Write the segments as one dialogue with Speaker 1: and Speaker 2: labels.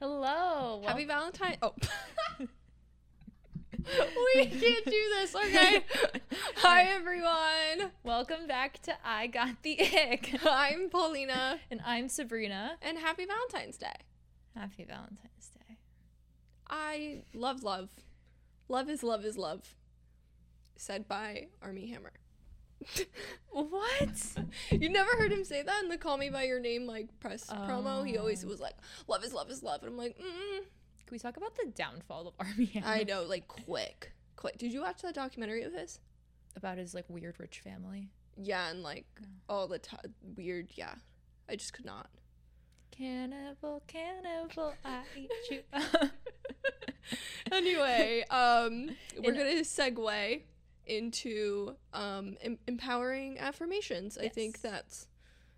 Speaker 1: Hello.
Speaker 2: Happy Valentine. Oh. we can't do this, okay? Hi, everyone.
Speaker 1: Welcome back to I Got the Ick.
Speaker 2: I'm Paulina,
Speaker 1: And I'm Sabrina.
Speaker 2: and happy Valentine's Day.
Speaker 1: Happy Valentine's Day.
Speaker 2: I love love. Love is love is love. Said by Army Hammer.
Speaker 1: What?
Speaker 2: You never heard him say that in the Call Me By Your Name like press promo? He always
Speaker 1: Oh.
Speaker 2: was like, love is love is love. And I'm like, mm
Speaker 1: Can we talk about the downfall of Army Hammer?
Speaker 2: I know, like, quick. Quick. Did you watch that documentary of his?
Speaker 1: About his like weird rich family.
Speaker 2: Yeah, and like all the t- weird, yeah. I just could not.
Speaker 1: Cannibal, cannibal, I eat you.
Speaker 2: anyway, um, we're
Speaker 1: In-
Speaker 2: gonna segue into um, em- empowering affirmations. I think
Speaker 1: Yes.
Speaker 2: that's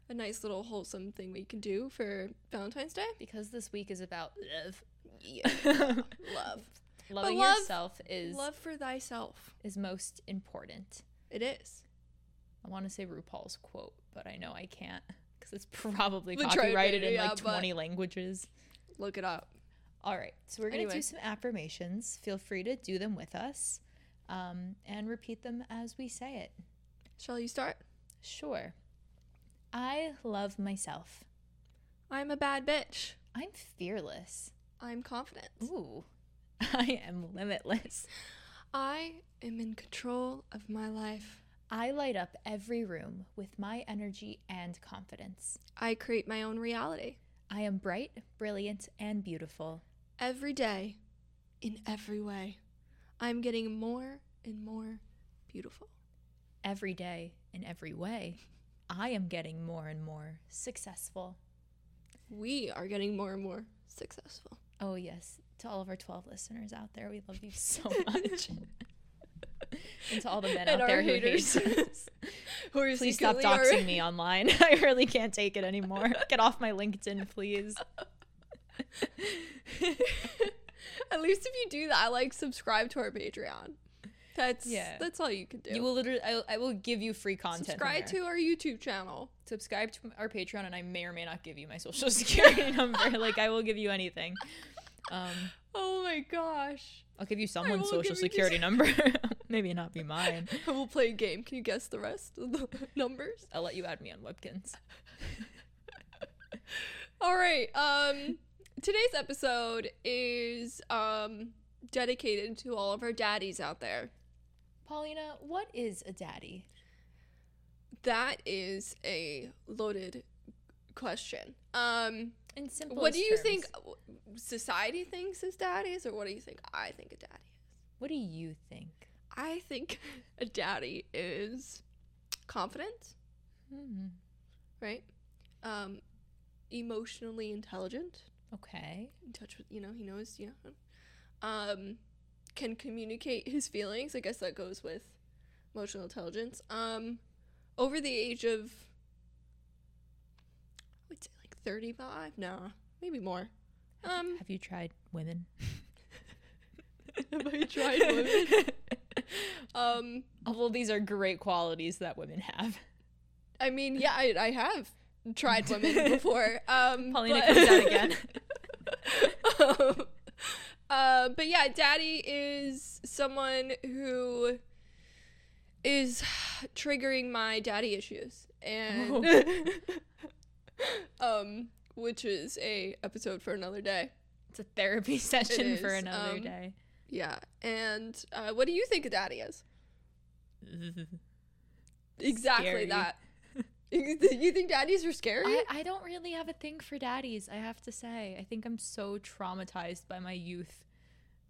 Speaker 2: a nice little wholesome thing we can do for Valentine's Day.
Speaker 1: because this week is about love.
Speaker 2: Yeah, love,
Speaker 1: Loving
Speaker 2: love-
Speaker 1: yourself is
Speaker 2: love for thyself.
Speaker 1: is most important.
Speaker 2: It is.
Speaker 1: I want to say RuPaul's quote, but I know I can't because it's probably
Speaker 2: But try to
Speaker 1: copyrighted
Speaker 2: do-
Speaker 1: in
Speaker 2: yeah,
Speaker 1: like
Speaker 2: but-
Speaker 1: 20 languages.
Speaker 2: Look it up.
Speaker 1: All right, so we're going to
Speaker 2: Anyway.
Speaker 1: do some affirmations. Feel free to do them with us um, and repeat them as we say it.
Speaker 2: Shall you start?
Speaker 1: Sure. I love myself.
Speaker 2: I'm a bad bitch.
Speaker 1: I'm fearless.
Speaker 2: I'm confident.
Speaker 1: Ooh, I am limitless.
Speaker 2: I am in control of my life.
Speaker 1: I light up every room with my energy and confidence.
Speaker 2: I create my own reality
Speaker 1: I am bright, brilliant, and beautiful.
Speaker 2: every day, in every way. I'm getting more and more beautiful.
Speaker 1: every day in every way, I am getting more and more successful.
Speaker 2: we are getting more and more successful.
Speaker 1: Oh, yes. To all of our 12 listeners out there, we love you so much. and to all the men
Speaker 2: And
Speaker 1: out there
Speaker 2: our
Speaker 1: who
Speaker 2: haters.
Speaker 1: hate us.
Speaker 2: Who are
Speaker 1: Please stop doxing
Speaker 2: secretly
Speaker 1: me online. I really can't take it anymore. Get off my LinkedIn, please.
Speaker 2: already- At least if you do that, like subscribe to our Patreon. That's
Speaker 1: Yeah.
Speaker 2: that's all you can do.
Speaker 1: You will literally, I, I will give you free content.
Speaker 2: subscribe
Speaker 1: there.
Speaker 2: to our YouTube channel.
Speaker 1: subscribe to our Patreon, and I may or may not give you my social security number. Like, I will give you anything. Um,
Speaker 2: Oh my gosh.
Speaker 1: I'll give you someone's
Speaker 2: will
Speaker 1: social
Speaker 2: give you-
Speaker 1: security number. Maybe not be mine.
Speaker 2: I will play a game. Can you guess the rest of the numbers?
Speaker 1: I'll let you add me on Webkins.
Speaker 2: All right. Um today's episode is um dedicated to all of our daddies out there.
Speaker 1: Paulina, what is a daddy?
Speaker 2: That is a loaded question. Um
Speaker 1: In simple
Speaker 2: What do you think society thinks is daddies, or what do you think I think a daddy is?
Speaker 1: What do you think?
Speaker 2: I think a daddy is confident,
Speaker 1: Hmm.
Speaker 2: right? Um, emotionally intelligent,
Speaker 1: Okay.
Speaker 2: in touch with you know he knows you know, um, can communicate his feelings. I guess that goes with emotional intelligence. Um, over the age of, I would say like thirty-five. Nah, maybe more. Um,
Speaker 1: Have you tried women?
Speaker 2: have I tried women? Um,
Speaker 1: Oh, well, these are great qualities that women have.
Speaker 2: I mean, yeah, I, I have tried women before. Um,
Speaker 1: Paulina
Speaker 2: but-
Speaker 1: comes out again.
Speaker 2: um, uh, but yeah, daddy is someone who is triggering my daddy issues, and
Speaker 1: Oh.
Speaker 2: um, which is a episode for another day.
Speaker 1: It's a therapy session for
Speaker 2: is,
Speaker 1: another
Speaker 2: um,
Speaker 1: day.
Speaker 2: Yeah, and uh, what do you think a daddy is? Exactly
Speaker 1: Scary.
Speaker 2: that. you think daddies are scary?
Speaker 1: I, I don't really have a thing for daddies, I have to say. I think I'm so traumatized by my youth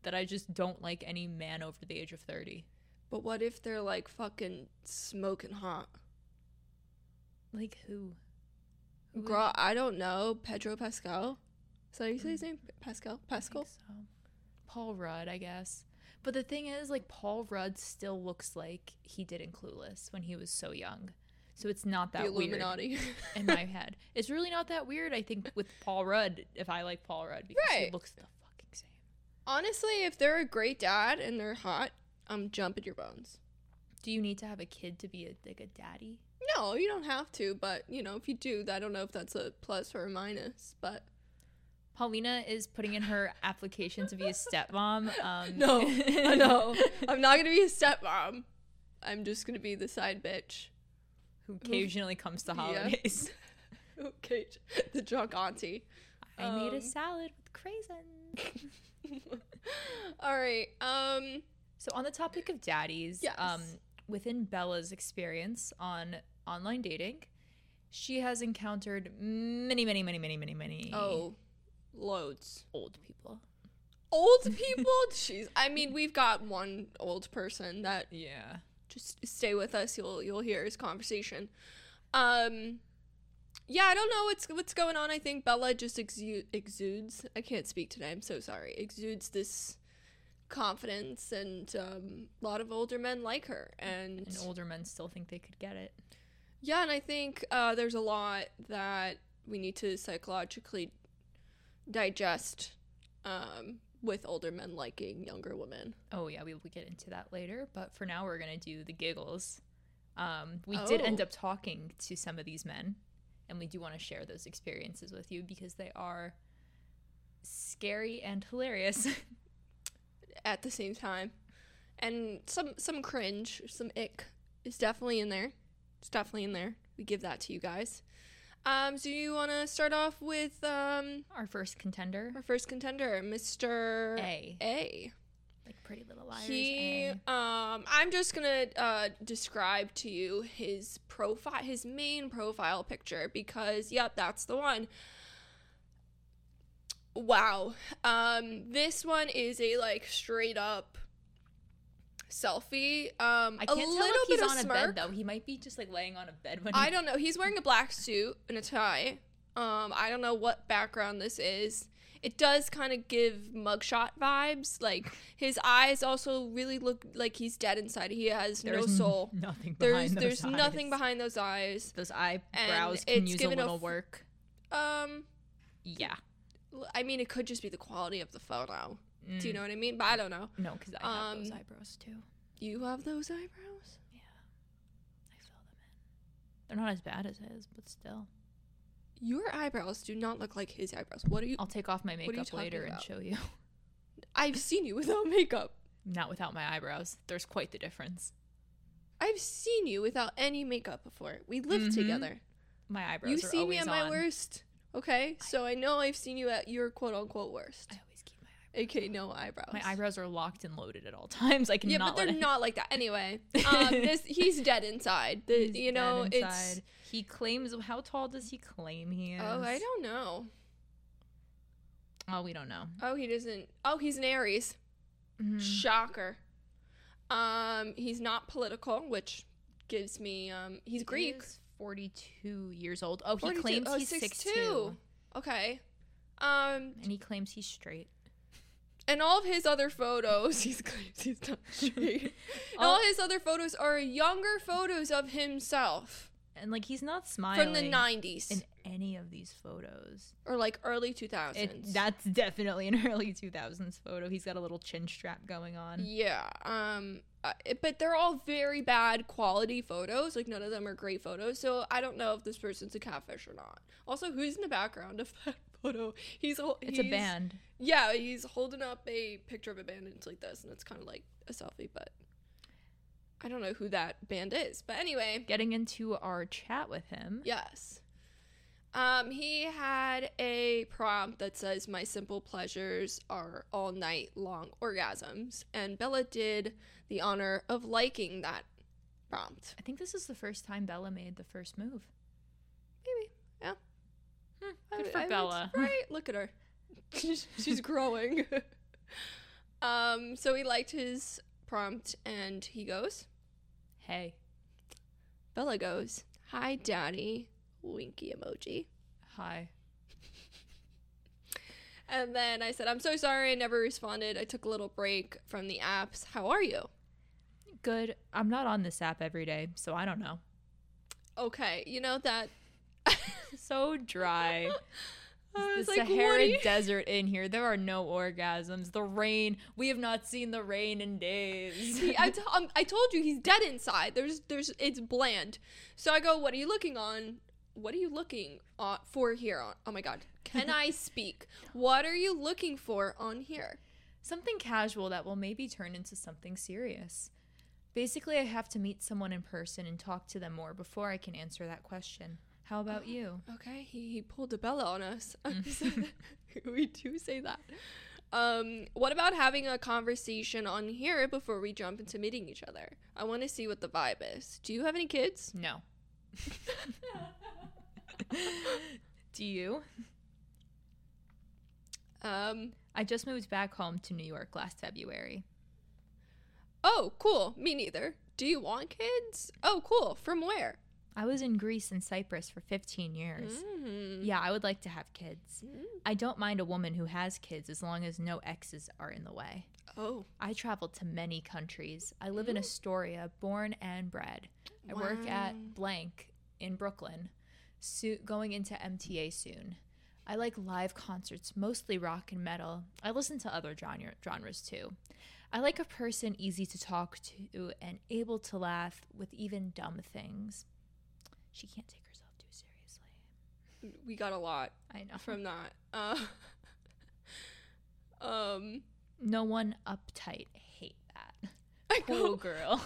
Speaker 1: that I just don't like any man over the age of 30.
Speaker 2: But what if they're like fucking smoking hot?
Speaker 1: Like who? Who would-
Speaker 2: Girl, I don't know. Pedro Pascal. Is that how you say his name? Pascal?
Speaker 1: I think
Speaker 2: Pascal?
Speaker 1: So. Paul Rudd, I guess. But the thing is, like, Paul Rudd still looks like he did in Clueless when he was so young. So it's not that
Speaker 2: The
Speaker 1: weird
Speaker 2: Illuminati.
Speaker 1: in my head. It's really not that weird, I think, with Paul Rudd, if I like Paul Rudd, because he
Speaker 2: Right.
Speaker 1: looks the fucking same.
Speaker 2: Honestly, if they're a great dad and they're hot, I'm jumping your bones.
Speaker 1: Do you need to have a kid to be a, like a daddy?
Speaker 2: No, you don't have to, but you know, if you do, I don't know if that's a plus or a minus, but
Speaker 1: Paulina is putting in her application to be a stepmom. Um,
Speaker 2: No, I know. I'm not gonna be a stepmom. I'm just gonna be the side bitch.
Speaker 1: who occasionally comes to
Speaker 2: Yeah.
Speaker 1: holidays.
Speaker 2: Okay, the drunk auntie.
Speaker 1: I made
Speaker 2: Um,
Speaker 1: a salad with craisins.
Speaker 2: All right. Um.
Speaker 1: So on the topic of daddies,
Speaker 2: Yes.
Speaker 1: um, within Bella's experience on online dating, she has encountered many, many, many, many, many, many
Speaker 2: Oh, loads.
Speaker 1: old people.
Speaker 2: Old people. Jeez. I mean, we've got one old person that
Speaker 1: Yeah.
Speaker 2: just stay with us. You'll you'll hear his conversation. Um, yeah, I don't know what's what's going on. I think Bella just exu- exudes. I can't speak today. I'm so sorry. Exudes this confidence, and um, a lot of older men like her. And
Speaker 1: And older men still think they could get it.
Speaker 2: yeah, and I think uh, there's a lot that we need to psychologically digest um, with older men liking younger women.
Speaker 1: Oh yeah, we will get into that later. But for now, we're gonna do the giggles. Um, we did end
Speaker 2: Oh.
Speaker 1: up talking to some of these men, and we do want to share those experiences with you because they are scary and hilarious.
Speaker 2: at the same time. And some some cringe, some ick is definitely in there. It's definitely in there. We give that to you guys. Um, so you want to start off with um,
Speaker 1: Our first contender,
Speaker 2: our first contender, Mr.
Speaker 1: A,
Speaker 2: A.
Speaker 1: like Pretty Little Liars.
Speaker 2: He,
Speaker 1: A.
Speaker 2: um, I'm just gonna uh, describe to you his profile, his main profile picture, because yep, that's the one. Wow, um, this one is a like straight up selfie. Um,
Speaker 1: I can't
Speaker 2: a
Speaker 1: tell
Speaker 2: little
Speaker 1: if he's
Speaker 2: bit of
Speaker 1: on a
Speaker 2: smirk.
Speaker 1: bed though. He might be just like laying on a bed when he,
Speaker 2: I don't know. He's wearing a black suit and a tie. Um, I don't know what background this is. It does kind of give mugshot vibes. Like his eyes also really look like he's dead inside. He has
Speaker 1: there's
Speaker 2: no
Speaker 1: n-
Speaker 2: soul.
Speaker 1: Nothing behind
Speaker 2: There's
Speaker 1: those
Speaker 2: there's
Speaker 1: eyes.
Speaker 2: nothing behind those eyes.
Speaker 1: those eyebrows. Can
Speaker 2: it's
Speaker 1: use a
Speaker 2: given a
Speaker 1: little
Speaker 2: f-
Speaker 1: work.
Speaker 2: Um,
Speaker 1: Yeah.
Speaker 2: l- I mean, it could just be the quality of the photo. Do you
Speaker 1: Mm.
Speaker 2: know what I mean? But I don't know.
Speaker 1: No, because I have those
Speaker 2: Um,
Speaker 1: eyebrows too.
Speaker 2: You have those eyebrows.
Speaker 1: I fill them in. They're not as bad as his, but still.
Speaker 2: Your eyebrows do not look like his eyebrows. What are you?
Speaker 1: I'll take off my
Speaker 2: are you
Speaker 1: makeup
Speaker 2: talking
Speaker 1: later and
Speaker 2: about?
Speaker 1: show you.
Speaker 2: I've seen you without makeup.
Speaker 1: Not without my eyebrows. There's quite the difference.
Speaker 2: I've seen you without any makeup before. We lived
Speaker 1: Mhm.
Speaker 2: together.
Speaker 1: My eyebrows
Speaker 2: You've
Speaker 1: are
Speaker 2: seen me
Speaker 1: always
Speaker 2: at
Speaker 1: on.
Speaker 2: my worst. Okay, so I know I've seen you at your quote unquote worst,
Speaker 1: I always keep my eyebrows.
Speaker 2: aka no eyebrows.
Speaker 1: My eyebrows are locked and loaded at all times. I cannot.
Speaker 2: Yeah, but they're
Speaker 1: let it-
Speaker 2: not like that anyway. Um, this he's dead inside. The,
Speaker 1: He's
Speaker 2: you know,
Speaker 1: dead
Speaker 2: it's
Speaker 1: inside. He claims. How tall does he claim he is?
Speaker 2: oh, I don't know.
Speaker 1: Oh, we don't know.
Speaker 2: Oh, he doesn't. Oh, he's an Aries.
Speaker 1: Mhm.
Speaker 2: Shocker. Um, he's not political, which gives me um, he's Greek.
Speaker 1: He is Forty-two years old. Oh, he
Speaker 2: 42
Speaker 1: claims
Speaker 2: oh,
Speaker 1: he's
Speaker 2: 6'2".
Speaker 1: 6'2".
Speaker 2: Okay. Um,
Speaker 1: and he claims he's straight.
Speaker 2: and all of his other photos, he's claims he's not straight. And all his other photos are younger photos of himself
Speaker 1: And like he's not smiling
Speaker 2: from the 90s
Speaker 1: in any of these photos.
Speaker 2: or like early 2000s.
Speaker 1: It, that's definitely an early 2000s photo. He's got a little chin strap going on.
Speaker 2: yeah. Um uh, it- but they're all very bad quality photos. Like none of them are great photos. So I don't know if this person's a catfish or not. Also, who's in the background of that photo? He's hol-
Speaker 1: It's a
Speaker 2: he's-
Speaker 1: band.
Speaker 2: Yeah, he's holding up a picture of a band and it's like this and it's kind of like a selfie, but I don't know who that band is. But anyway,
Speaker 1: Getting into our chat with him.
Speaker 2: Yes. Um, he had a prompt that says, My simple pleasures are all night long orgasms. And Bella did the honor of liking that prompt.
Speaker 1: I think this is the first time Bella made the first move.
Speaker 2: Maybe. Yeah.
Speaker 1: Hmm,
Speaker 2: I-
Speaker 1: good for
Speaker 2: I would-
Speaker 1: Bella.
Speaker 2: Right? Look at her. She's she's growing. um, so he liked his prompt and he goes,
Speaker 1: Hey.
Speaker 2: Bella goes, Hi, daddy. Winky emoji.
Speaker 1: Hi.
Speaker 2: And then I said, I'm so sorry I never responded. I took a little break from the apps. How are you?
Speaker 1: Good. I'm not on this app every day, so I don't know.
Speaker 2: Okay, you know that.
Speaker 1: So dry.
Speaker 2: I
Speaker 1: the
Speaker 2: was like, what
Speaker 1: Sahara
Speaker 2: are you?
Speaker 1: Desert in here. There are no orgasms. The rain. We have not seen the rain in days.
Speaker 2: See, I, t- um, I told you he's dead inside. There's, there's, it's bland. So I go, what are you looking on? what are you looking uh, for here? On, oh my God. Can I speak? What are you looking for on here?
Speaker 1: Something casual that will maybe turn into something serious. Basically, I have to meet someone in person and talk to them more before I can answer that question. How about you?
Speaker 2: Okay, he, he pulled a Bella on us. we do say that. Um, what about having a conversation on here before we jump into meeting each other? I want to see what the vibe is. Do you have any kids?
Speaker 1: No. Do you?
Speaker 2: Um,
Speaker 1: I just moved back home to New York last February.
Speaker 2: oh, cool. Me neither. Do you want kids? Oh, cool. From where?
Speaker 1: I was in Greece and Cyprus for 15 years.
Speaker 2: Mm.
Speaker 1: Yeah, I would like to have kids. I don't mind a woman who has kids as long as no exes are in the way.
Speaker 2: Oh,
Speaker 1: I traveled to many countries. I live in Astoria, born and bred. I work
Speaker 2: Wow.
Speaker 1: at Blank in Brooklyn, so- going into MTA soon. I like live concerts, mostly rock and metal. I listen to other genre- genres too. I like a person easy to talk to and able to laugh with even dumb things. She can't take herself too seriously.
Speaker 2: we got a lot
Speaker 1: I know.
Speaker 2: from that. Uh, um,
Speaker 1: no one uptight. Hate that.
Speaker 2: I
Speaker 1: Cool girl.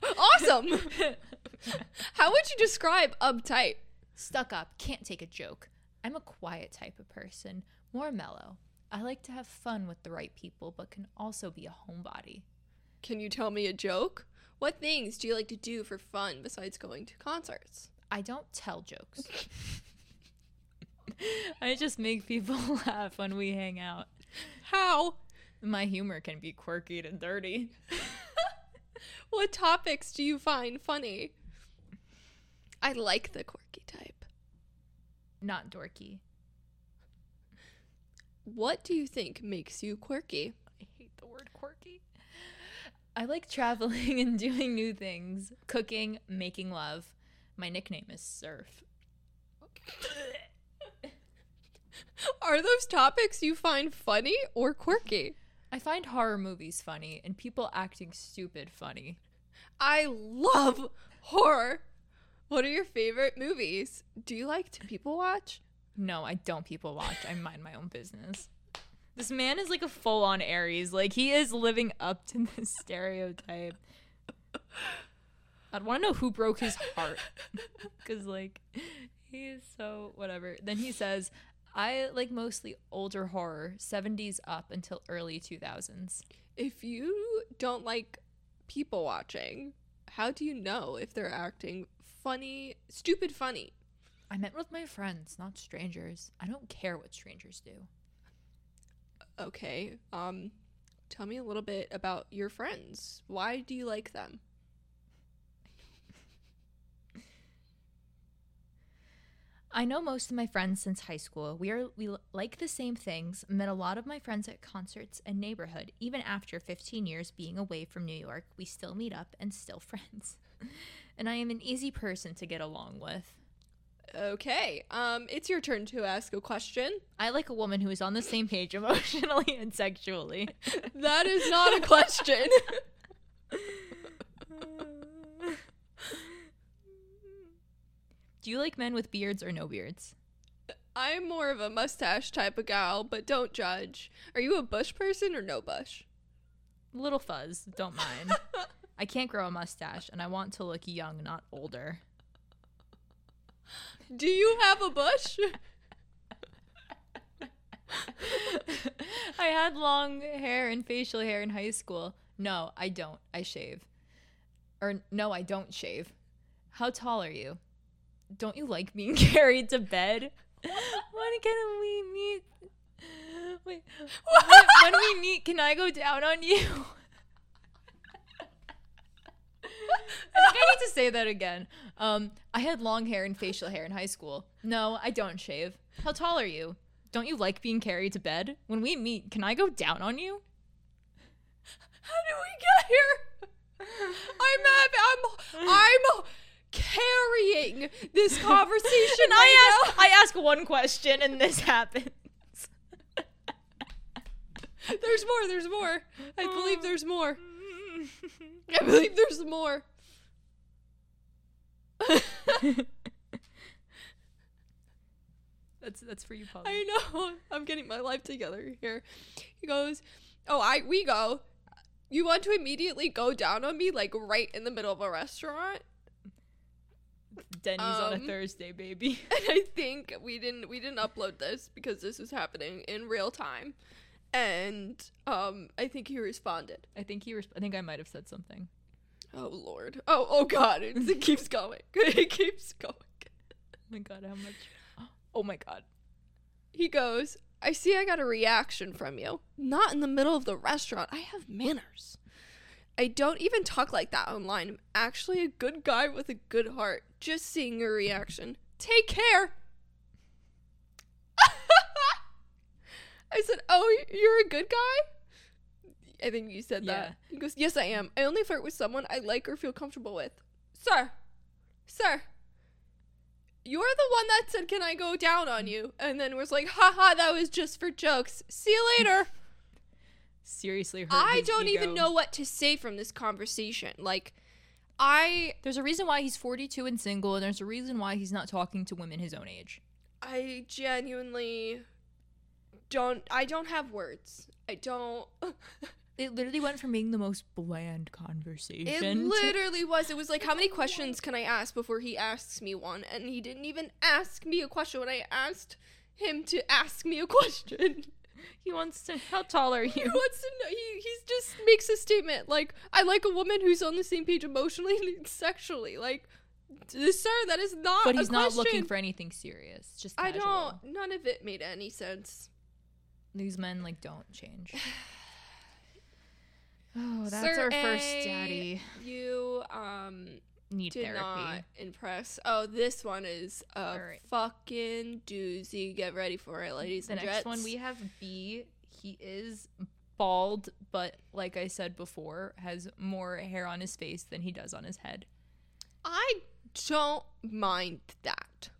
Speaker 2: go- awesome. How would you describe uptight?
Speaker 1: Stuck up, can't take a joke. I'm a quiet type of person, more mellow. I like to have fun with the right people, but can also be a homebody.
Speaker 2: Can you tell me a joke? What things do you like to do for fun besides going to concerts?
Speaker 1: I don't tell jokes. I just make people laugh when we hang out.
Speaker 2: How?
Speaker 1: My humor can be quirky and dirty.
Speaker 2: What topics do you find funny? I like the quirky type.
Speaker 1: Not dorky.
Speaker 2: What do you think makes you quirky?
Speaker 1: I hate the word quirky. I like traveling and doing new things, cooking, making love. My nickname is Surf.
Speaker 2: Are those topics you find funny or quirky?
Speaker 1: I find horror movies funny and people acting stupid funny.
Speaker 2: I love horror. What are your favorite movies? Do you like to people watch?
Speaker 1: No, I don't people watch. I mind my own business. This man is like a full on Aries. Like he is living up to this stereotype. I'd want to know who broke his heart. Cause like he is so whatever. Then he says, I like mostly older horror, 70s up until early 2000s.
Speaker 2: If you don't like people watching, how do you know if they're acting funny, stupid funny?
Speaker 1: I met with my friends, not strangers. I don't care what strangers do.
Speaker 2: Okay. Um tell me a little bit about your friends. Why do you like them?
Speaker 1: I know most of my friends since high school. We are we l- like the same things. Met a lot of my friends at concerts and neighborhood. Even after 15 years being away from New York, we still meet up and still friends. and I am an easy person to get along with.
Speaker 2: Okay. Um it's your turn to ask a question.
Speaker 1: I like a woman who is on the same page emotionally and sexually.
Speaker 2: That is not a question.
Speaker 1: Do you like men with beards or no beards?
Speaker 2: I'm more of a mustache type of gal, but don't judge. Are you a bush person or no bush?
Speaker 1: Little fuzz, don't mind. I can't grow a mustache and I want to look young, not older.
Speaker 2: Do you have a bush?
Speaker 1: I had long hair and facial hair in high school. No, I don't. I shave. Or no, I don't shave. How tall are you? Don't you like being carried to bed? when can we meet? Wait. When, when we meet, can I go down on you? I think I need to say that again. Um, I had long hair and facial hair in high school. No, I don't shave. How tall are you? Don't you like being carried to bed? When we meet, can I go down on you?
Speaker 2: How did we get here? I'm I'm I'm carrying this conversation
Speaker 1: And I ask, I ask one question, and this happens.
Speaker 2: ask- There's more. There's more. I believe there's more. I believe there's more.
Speaker 1: That's that's for you, Polly.
Speaker 2: I know. I'm getting my life together here. He goes, Oh, I we go. You want to immediately go down on me like right in the middle of a restaurant?
Speaker 1: Denny's on a
Speaker 2: Um,
Speaker 1: Thursday, baby.
Speaker 2: And I think we didn't we didn't upload this because this was happening in real time. And um I think he responded.
Speaker 1: I think he. Resp- I think I might have said something.
Speaker 2: Oh lord. Oh oh god, it, it keeps going. it keeps going.
Speaker 1: Oh my god, how much? Oh my god.
Speaker 2: He goes, I see I got a reaction from you. Not in the middle of the restaurant. I have manners. I don't even talk like that online. I'm actually a good guy with a good heart. Just seeing your reaction. Take care. I said, Oh, you're a good guy? I think you said
Speaker 1: Yeah.
Speaker 2: that. He goes, Yes, I am. I only flirt with someone I like or feel comfortable with. Sir, sir, you're the one that said, Can I go down on you? And then was like, Haha, that was just for jokes. See you later.
Speaker 1: Seriously, hurt
Speaker 2: I
Speaker 1: his
Speaker 2: don't even
Speaker 1: ego.
Speaker 2: know what to say from this conversation. Like, I,
Speaker 1: There's a reason why he's 42 and single, and there's a reason why he's not talking to women his own age.
Speaker 2: I genuinely don't. I don't have words. I don't.
Speaker 1: It literally went from being the most bland conversation.
Speaker 2: It
Speaker 1: to-
Speaker 2: literally was. It was like, how many questions can I ask before he asks me one? And he didn't even ask me a question when I asked him to ask me a question.
Speaker 1: he wants to. How tall are
Speaker 2: He
Speaker 1: you?
Speaker 2: wants to know. He he's just makes a statement like, "I like a woman who's on the same page emotionally and sexually." Like, d- sir, that is not.
Speaker 1: But
Speaker 2: a
Speaker 1: he's not looking
Speaker 2: question.
Speaker 1: for anything serious. Just
Speaker 2: I
Speaker 1: casual.
Speaker 2: don't. None of it made any sense.
Speaker 1: These men like don't change. Oh, that's
Speaker 2: Sir
Speaker 1: our first
Speaker 2: A,
Speaker 1: daddy.
Speaker 2: You um
Speaker 1: Need
Speaker 2: did
Speaker 1: therapy.
Speaker 2: not impress. Oh, this one is a
Speaker 1: Alright.
Speaker 2: fucking doozy. Get ready for it, ladies
Speaker 1: The
Speaker 2: and
Speaker 1: next one
Speaker 2: gents.
Speaker 1: we have B. He is bald, but like I said before, has more hair on his face than he does on his head.
Speaker 2: I don't mind that.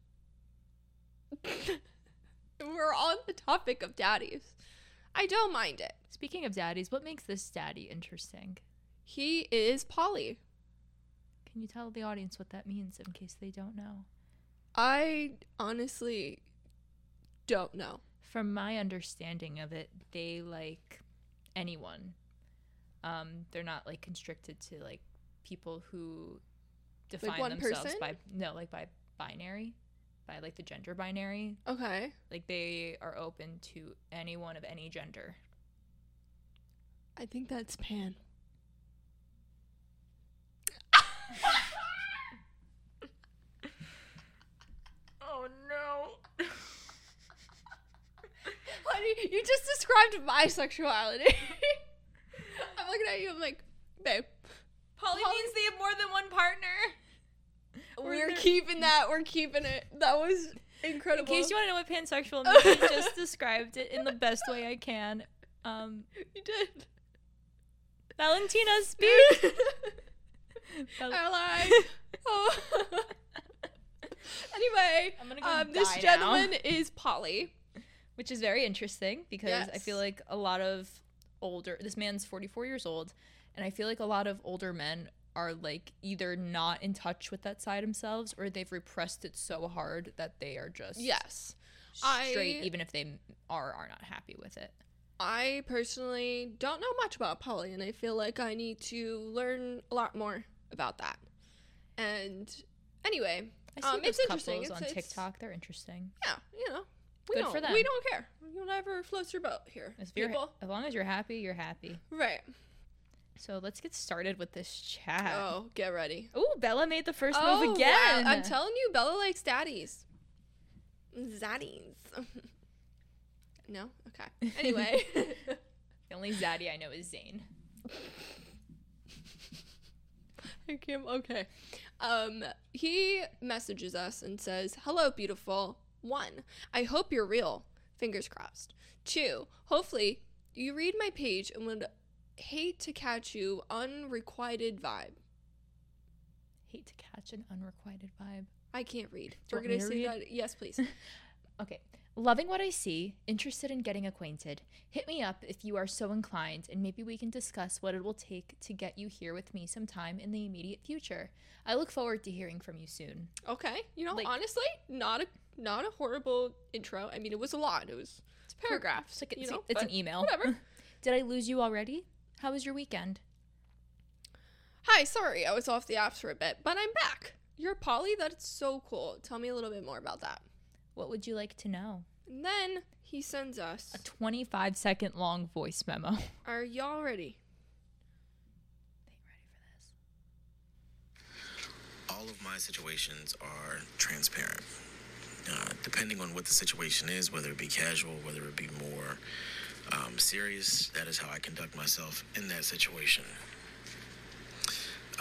Speaker 2: We're on the topic of daddies. I don't mind it.
Speaker 1: Speaking of daddies, what makes this daddy interesting?
Speaker 2: He is Polly.
Speaker 1: Can you tell the audience what that means in case they don't know?
Speaker 2: I honestly don't know.
Speaker 1: From my understanding of it, they like anyone. Um, they're not like constricted to like people who define
Speaker 2: one
Speaker 1: themselves
Speaker 2: person?
Speaker 1: by no, like by binary, by like the gender binary.
Speaker 2: Okay.
Speaker 1: Like they are open to anyone of any gender.
Speaker 2: I think that's Pan.
Speaker 1: Oh no.
Speaker 2: Honey, you just described my sexuality. I'm looking at you, I'm like, babe,
Speaker 1: Poly, means they have more than one partner. Or
Speaker 2: we're
Speaker 1: they're-
Speaker 2: keeping that, we're keeping it. That was
Speaker 1: In
Speaker 2: incredible.
Speaker 1: case you want to know what pansexual means, I just described it in the best way I can. Um,
Speaker 2: you did.
Speaker 1: Valentina speak.
Speaker 2: Um,
Speaker 1: Val-
Speaker 2: Ally. Oh. anyway,
Speaker 1: I'm gonna go
Speaker 2: um, this
Speaker 1: die now.
Speaker 2: gentleman is Polly.
Speaker 1: which is very interesting because I feel
Speaker 2: Yes.
Speaker 1: like a lot of older this man's 44 years old and I feel like a lot of older men are like either not in touch with that side themselves or they've repressed it so hard that they are just
Speaker 2: Yes. I-
Speaker 1: straight even if they are are not happy with it.
Speaker 2: I personally don't know much about Polly, and I feel like I need to learn a lot more about that. And anyway,
Speaker 1: I see
Speaker 2: um,
Speaker 1: those
Speaker 2: it's interesting.
Speaker 1: couples
Speaker 2: It's-
Speaker 1: on
Speaker 2: it's-
Speaker 1: TikTok. They're interesting.
Speaker 2: yeah, you know, we
Speaker 1: Good
Speaker 2: don't,
Speaker 1: for
Speaker 2: We
Speaker 1: them.
Speaker 2: don't care. You'll never float your boat here,
Speaker 1: If you're-
Speaker 2: people.
Speaker 1: as long as you're happy, you're happy.
Speaker 2: Right.
Speaker 1: So let's get started with this chat. Oh,
Speaker 2: Oh, get ready.
Speaker 1: Bella made the first
Speaker 2: oh,
Speaker 1: move
Speaker 2: wow,
Speaker 1: again.
Speaker 2: I'm telling you, Bella likes daddies. Zaddies. no? Okay. Anyway.
Speaker 1: the only zaddy I know is Zane.
Speaker 2: Thank you. Okay. Um, he messages us and says, Hello, beautiful. One, I hope you're real. Fingers crossed. Two, hopefully you read my page and would hate to catch you unrequited vibe.
Speaker 1: Hate to catch an unrequited vibe.
Speaker 2: I can't read.
Speaker 1: Do you
Speaker 2: We're
Speaker 1: want me
Speaker 2: gonna
Speaker 1: to
Speaker 2: say
Speaker 1: read?
Speaker 2: that. Yes, please.
Speaker 1: Okay. Loving what I see, interested in getting acquainted. Hit me up if you are so inclined, and maybe we can discuss what it will take to get you here with me sometime in the immediate future. I look forward to hearing from you soon.
Speaker 2: Okay. You know,
Speaker 1: Like-
Speaker 2: honestly, not a not a horrible intro. I mean, it was a lot. It was
Speaker 1: It's a
Speaker 2: paragraph.
Speaker 1: It's, like,
Speaker 2: you
Speaker 1: it's,
Speaker 2: know,
Speaker 1: it's an
Speaker 2: but
Speaker 1: email.
Speaker 2: whatever.
Speaker 1: Did I lose you already? How was your weekend?
Speaker 2: Hi, sorry, I was off the apps for a bit, but I'm back. You're Polly? That's so cool. Tell me a little bit more about that.
Speaker 1: What would you like to know?
Speaker 2: And then he sends us,
Speaker 1: A 25 second long voice memo.
Speaker 2: Are y'all ready?
Speaker 3: all of my situations are transparent. Uh, depending on what the situation is, whether it be casual, whether it be more um, serious, that is how I conduct myself in that situation.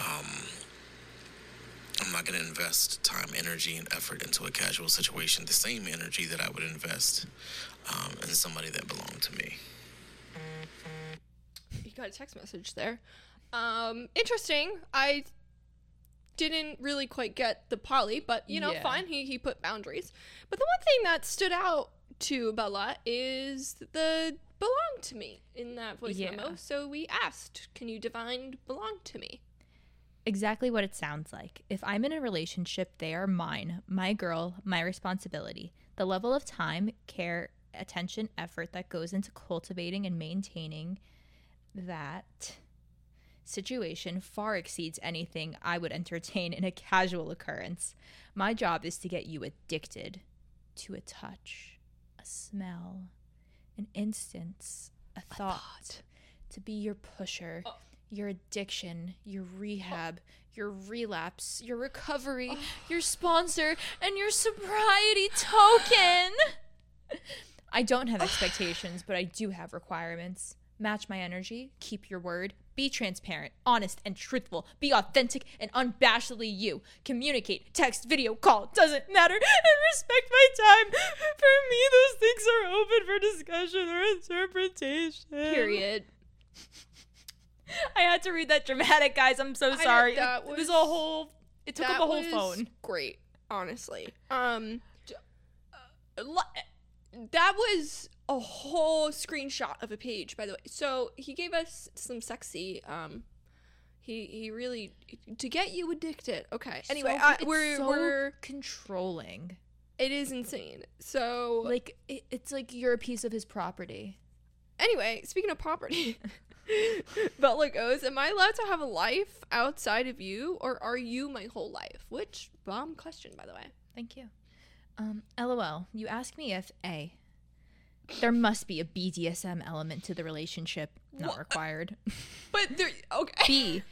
Speaker 3: Um, I'm not going to invest time, energy, and effort into a casual situation, the same energy that I would invest um, in somebody that belonged to me.
Speaker 2: You got a text message there. Um, interesting. I didn't really quite get the Polly, but you know,
Speaker 1: Yeah.
Speaker 2: fine. He, he put boundaries. But the one thing that stood out to Bella is the belong to me in that voice
Speaker 1: Yeah.
Speaker 2: memo. So we asked, Can you define belong to me?
Speaker 1: Exactly what it sounds like. If I'm in a relationship, they are mine, my girl, my responsibility. The level of time, care, attention, effort that goes into cultivating and maintaining that situation far exceeds anything I would entertain in a casual occurrence. My job is to get you addicted to a touch, a smell, an instance, a thought, to be your pusher, your addiction, your rehab, your relapse, your recovery, your sponsor, and your sobriety token. I don't have expectations, but I do have requirements. Match my energy, keep your word, be transparent, honest, and truthful, be authentic and unabashedly you. Communicate, text, video, call, doesn't matter, and respect my time. For me, those things are open for discussion or interpretation.
Speaker 2: Period.
Speaker 1: I had to read that dramatic, guys. I'm so
Speaker 2: know,
Speaker 1: sorry.
Speaker 2: that
Speaker 1: it was
Speaker 2: was-
Speaker 1: a whole. It took up
Speaker 2: That
Speaker 1: a whole
Speaker 2: was
Speaker 1: phone.
Speaker 2: Great, honestly. Um, uh, li- that was a whole screenshot of a page, by the way. So he gave us some sexy. Um, he he really to get you addicted. Okay. Anyway,
Speaker 1: So-
Speaker 2: I,
Speaker 1: it's
Speaker 2: we're
Speaker 1: so
Speaker 2: we're
Speaker 1: controlling.
Speaker 2: it is insane. So
Speaker 1: Like it, it's like you're a piece of his property.
Speaker 2: anyway, speaking of property. Bella goes, Am I allowed to have a life outside of you, or are you my whole life? Which bomb question, by the way.
Speaker 1: Thank you. Um, LOL. You ask me if A. There must be a BDSM element to the relationship. Not
Speaker 2: Wha-
Speaker 1: required.
Speaker 2: But there, okay.
Speaker 1: B.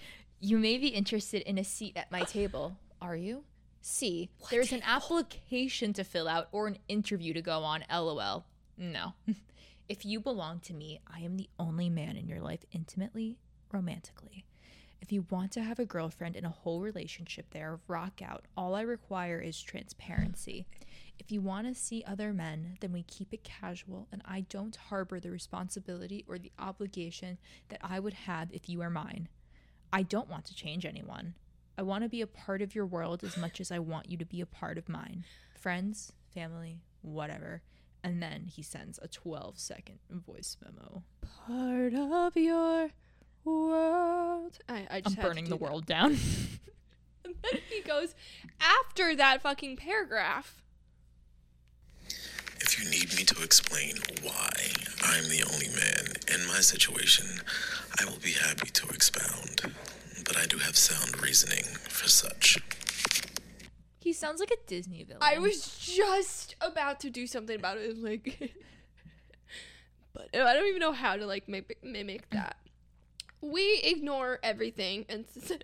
Speaker 1: You may be interested in a seat at my table. Are you? C. There's an application to fill out or an interview to go on. LOL. No. if you belong to me, I am the only man in your life intimately, romantically. If you want to have a girlfriend and a whole relationship there, rock out. All I require is transparency. If you want to see other men, then we keep it casual, and I don't harbor the responsibility or the obligation that I would have if you are mine. I don't want to change anyone. I want to be a part of your world as much as I want you to be a part of mine. Friends, family, whatever. And then he sends a 12 second voice memo.
Speaker 2: part of your world. I, I
Speaker 1: I'm
Speaker 2: just had to
Speaker 1: burning
Speaker 2: do
Speaker 1: the
Speaker 2: that.
Speaker 1: world down.
Speaker 2: And then he goes after that fucking paragraph.
Speaker 3: If you need me to explain why I'm the only man in my situation, I will be happy to expound. But I do have sound reasoning for such.
Speaker 1: he sounds like a Disney villain.
Speaker 2: I was just about to do something about it, like, but I don't even know how to like mimic, mimic that. We ignore everything and say,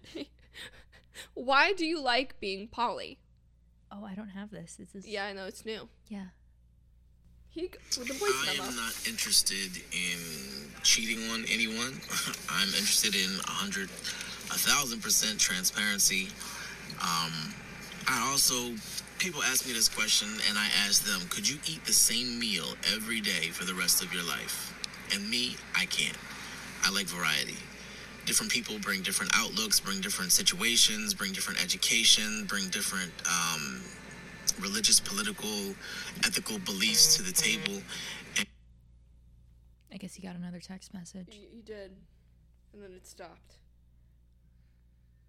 Speaker 2: why do you like being poly?
Speaker 1: Oh, I don't have this. This is.
Speaker 2: Yeah, I know it's new.
Speaker 1: Yeah.
Speaker 2: He g- with the voice
Speaker 3: I
Speaker 2: memo.
Speaker 3: am not interested in cheating on anyone. I'm interested in a hundred, a thousand percent transparency. Um, I also, people ask me this question, and I ask them, could you eat the same meal every day for the rest of your life? And me, I can't. I like variety. Different people bring different outlooks, bring different situations, bring different education, bring different um, religious, political, ethical beliefs to the table. And
Speaker 1: I guess he got another text message.
Speaker 2: You, you did, and then it stopped.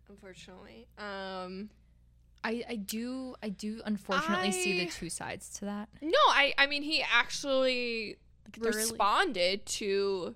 Speaker 2: Unfortunately, um,
Speaker 1: I, I do I do unfortunately see
Speaker 2: I-
Speaker 1: the two sides to that.
Speaker 2: No, I I mean he actually
Speaker 1: Like, they're really-
Speaker 2: responded to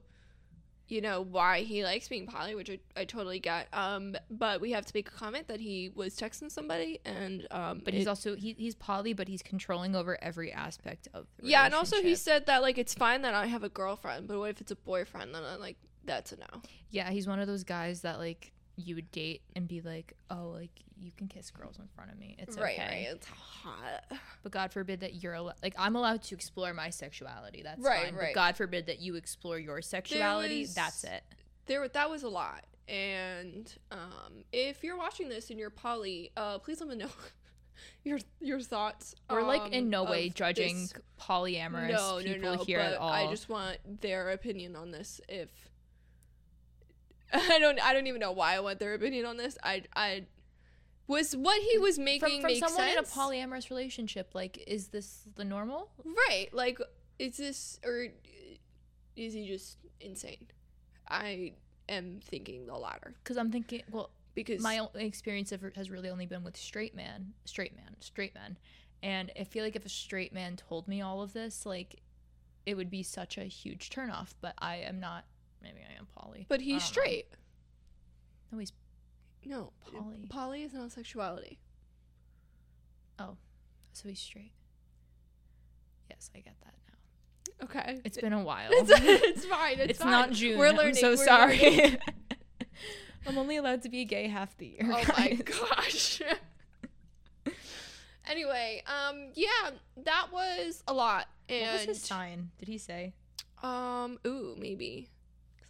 Speaker 2: you know why he likes being poly, which I, I totally get. Um but we have to make a comment that he was texting somebody and um
Speaker 1: but he's
Speaker 2: it-
Speaker 1: also he, he's poly, but he's controlling over every aspect of. The
Speaker 2: Yeah, and also he
Speaker 1: relationship.
Speaker 2: said that like it's fine that I have a girlfriend, but what if it's a boyfriend? Then I'm like that's a no.
Speaker 1: Yeah, he's one of those guys that like you would date and be like, oh, like you can kiss girls in front of me. It's
Speaker 2: right,
Speaker 1: okay.
Speaker 2: right. It's hot.
Speaker 1: But God forbid that you're al- like I'm allowed to explore my sexuality. That's
Speaker 2: Right,
Speaker 1: fine.
Speaker 2: right.
Speaker 1: But God forbid that you explore your sexuality.
Speaker 2: was-
Speaker 1: That's it.
Speaker 2: there wa- that was a lot and um if you're watching this and you're poly uh please let me know your your thoughts
Speaker 1: We're like in
Speaker 2: um,
Speaker 1: no
Speaker 2: of
Speaker 1: way judging
Speaker 2: this.
Speaker 1: polyamorous
Speaker 2: no,
Speaker 1: people
Speaker 2: no, no,
Speaker 1: here
Speaker 2: but
Speaker 1: at all.
Speaker 2: i just want their opinion on this if i don't i don't even know why i want their opinion on this i i was what he was
Speaker 1: from,
Speaker 2: making
Speaker 1: from
Speaker 2: make
Speaker 1: someone in a
Speaker 2: sense
Speaker 1: polyamorous relationship, like, is this the normal?
Speaker 2: right like is this or is he just insane i am thinking the latter
Speaker 1: Because I'm thinking, well,
Speaker 2: because
Speaker 1: my own experience of, has really only been with straight man, straight man, straight men, and I feel like if a straight man told me all of this, like, it would be such a huge turnoff. But I am not. Maybe I am poly.
Speaker 2: but
Speaker 1: I
Speaker 2: he's
Speaker 1: don't know.
Speaker 2: straight
Speaker 1: Uh-huh. No, he's
Speaker 2: No,
Speaker 1: Poly.
Speaker 2: Poly is not sexuality.
Speaker 1: so he's straight. Yes, I get that now.
Speaker 2: Okay.
Speaker 1: It's been a while.
Speaker 2: it's, it's fine. It's,
Speaker 1: It's not
Speaker 2: fine.
Speaker 1: June.
Speaker 2: We're learning.
Speaker 1: I'm so
Speaker 2: we're learning.
Speaker 1: sorry. I'm only allowed to be gay half the year.
Speaker 2: Oh my
Speaker 1: guys.
Speaker 2: gosh. anyway, um, yeah, that was a lot. And
Speaker 1: What was his sign? Did he say?
Speaker 2: um, ooh, maybe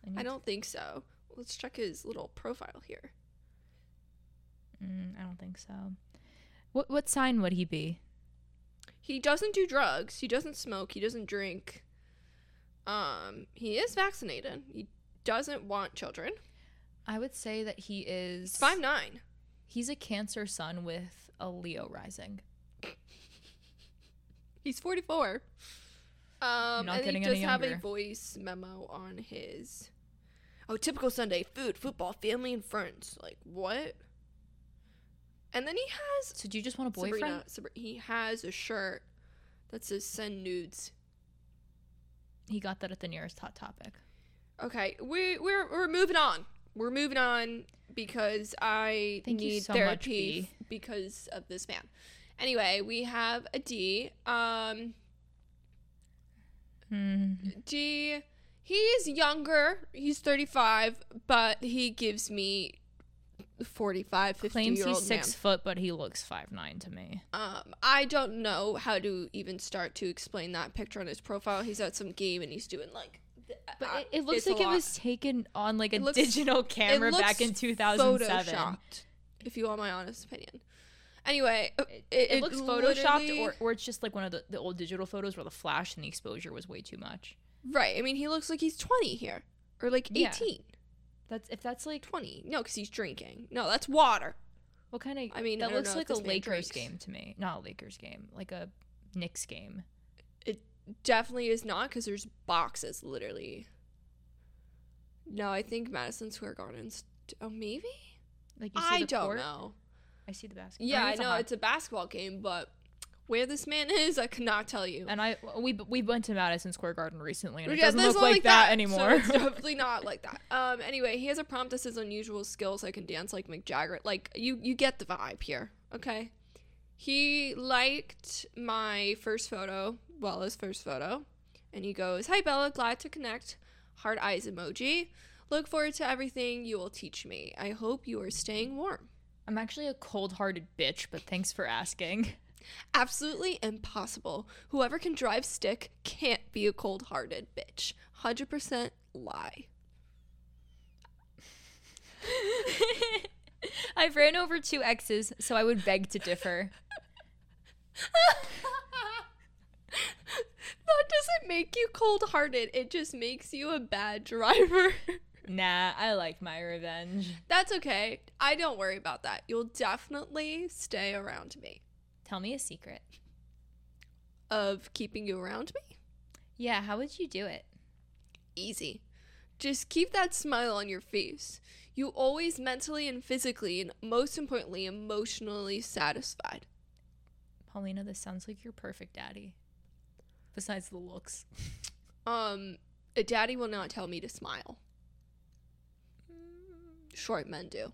Speaker 1: 'Cause need
Speaker 2: I
Speaker 1: to-
Speaker 2: don't think so. Let's check his little profile here.
Speaker 1: Mm, I don't think so. What what sign would he be?
Speaker 2: He doesn't do drugs. He doesn't smoke. He doesn't drink. Um, he is vaccinated. He doesn't want children.
Speaker 1: I would say that he is
Speaker 2: He's five nine.
Speaker 1: He's a Cancer Sun with a Leo rising.
Speaker 2: He's 44. Um, and
Speaker 1: Not
Speaker 2: he
Speaker 1: getting
Speaker 2: does
Speaker 1: any
Speaker 2: have a
Speaker 1: younger.
Speaker 2: voice memo on his. Oh, typical Sunday food, football, family, and friends. Like what? And then he has
Speaker 1: So do you just want a boyfriend?
Speaker 2: Sabrina, Sabri- he has a shirt that says "Send nudes."
Speaker 1: He got that at the nearest hot topic.
Speaker 2: Okay, we we're we're moving on. We're moving on because I
Speaker 1: Thank you
Speaker 2: need
Speaker 1: so much,
Speaker 2: therapy
Speaker 1: B.
Speaker 2: f- because of this man. Anyway, we have a D. Um,
Speaker 1: Hmm.
Speaker 2: D. He is younger. He's 35, but he gives me 45, 50
Speaker 1: Claims
Speaker 2: year
Speaker 1: he's
Speaker 2: old
Speaker 1: six foot, but he looks five nine to me.
Speaker 2: man. Um, I don't know how to even start to explain that picture on his profile. He's at some game and he's doing like. th-
Speaker 1: But
Speaker 2: uh,
Speaker 1: it, it looks
Speaker 2: it's a
Speaker 1: like it
Speaker 2: lot.
Speaker 1: was taken on like a
Speaker 2: It looks-
Speaker 1: digital
Speaker 2: It
Speaker 1: camera back
Speaker 2: looks
Speaker 1: in 2007.
Speaker 2: photoshopped, if you want my honest opinion. Anyway, uh,
Speaker 1: It,
Speaker 2: it,
Speaker 1: it looks photoshopped,
Speaker 2: literally-
Speaker 1: or, or it's just like one of the, the old digital photos where the flash and the exposure was way too much.
Speaker 2: right. I mean, he looks like he's 20 here, or like 18,
Speaker 1: Yeah. That's if that's like
Speaker 2: 20. No, because he's drinking. No, that's water.
Speaker 1: what kind of
Speaker 2: I mean, I
Speaker 1: that
Speaker 2: don't
Speaker 1: looks
Speaker 2: know if
Speaker 1: like a
Speaker 2: this man
Speaker 1: Lakers
Speaker 2: drinks.
Speaker 1: game to me, not a Lakers game, like a Knicks game.
Speaker 2: Definitely is not because there's boxes literally. No, I think Madison Square Gardens. Oh, maybe
Speaker 1: Like you see
Speaker 2: I
Speaker 1: the
Speaker 2: don't
Speaker 1: court?
Speaker 2: know.
Speaker 1: I see the Oh, basketball.
Speaker 2: Yeah, I know it's a basketball game, but where this man is, I cannot tell you.
Speaker 1: and I we we went to Madison Square Garden recently, and it
Speaker 2: Yeah,
Speaker 1: doesn't
Speaker 2: that's
Speaker 1: look
Speaker 2: not
Speaker 1: like, that,
Speaker 2: so
Speaker 1: anymore.
Speaker 2: it's definitely not like that. Um. Anyway, he has a prompt that says unusual skills. I can dance like Mick Jagger. Like you, you get the vibe here. Okay. He liked my first photo, Wella's first photo, and he goes, "Hi Bella, glad to connect." Heart eyes emoji. Look forward to everything you will teach me. I hope you are staying warm.
Speaker 1: I'm actually a cold-hearted bitch, but thanks for asking.
Speaker 2: Absolutely impossible. Whoever can drive stick can't be a cold hearted bitch. 100% lie.
Speaker 1: I've ran over two exes, so I would beg to differ.
Speaker 2: that doesn't make you cold hearted, it just makes you a bad driver.
Speaker 1: Nah, I like my revenge.
Speaker 2: That's okay. I don't worry about that. You'll definitely stay around me.
Speaker 1: Tell me a secret.
Speaker 2: Of keeping you around me?
Speaker 1: Yeah, how would you do it?
Speaker 2: Easy. Just keep that smile on your face. you always mentally and physically, and most importantly, emotionally satisfied.
Speaker 1: Paulina, this sounds like your perfect daddy. Besides the looks.
Speaker 2: Um, a daddy will not tell me to smile. Short men do.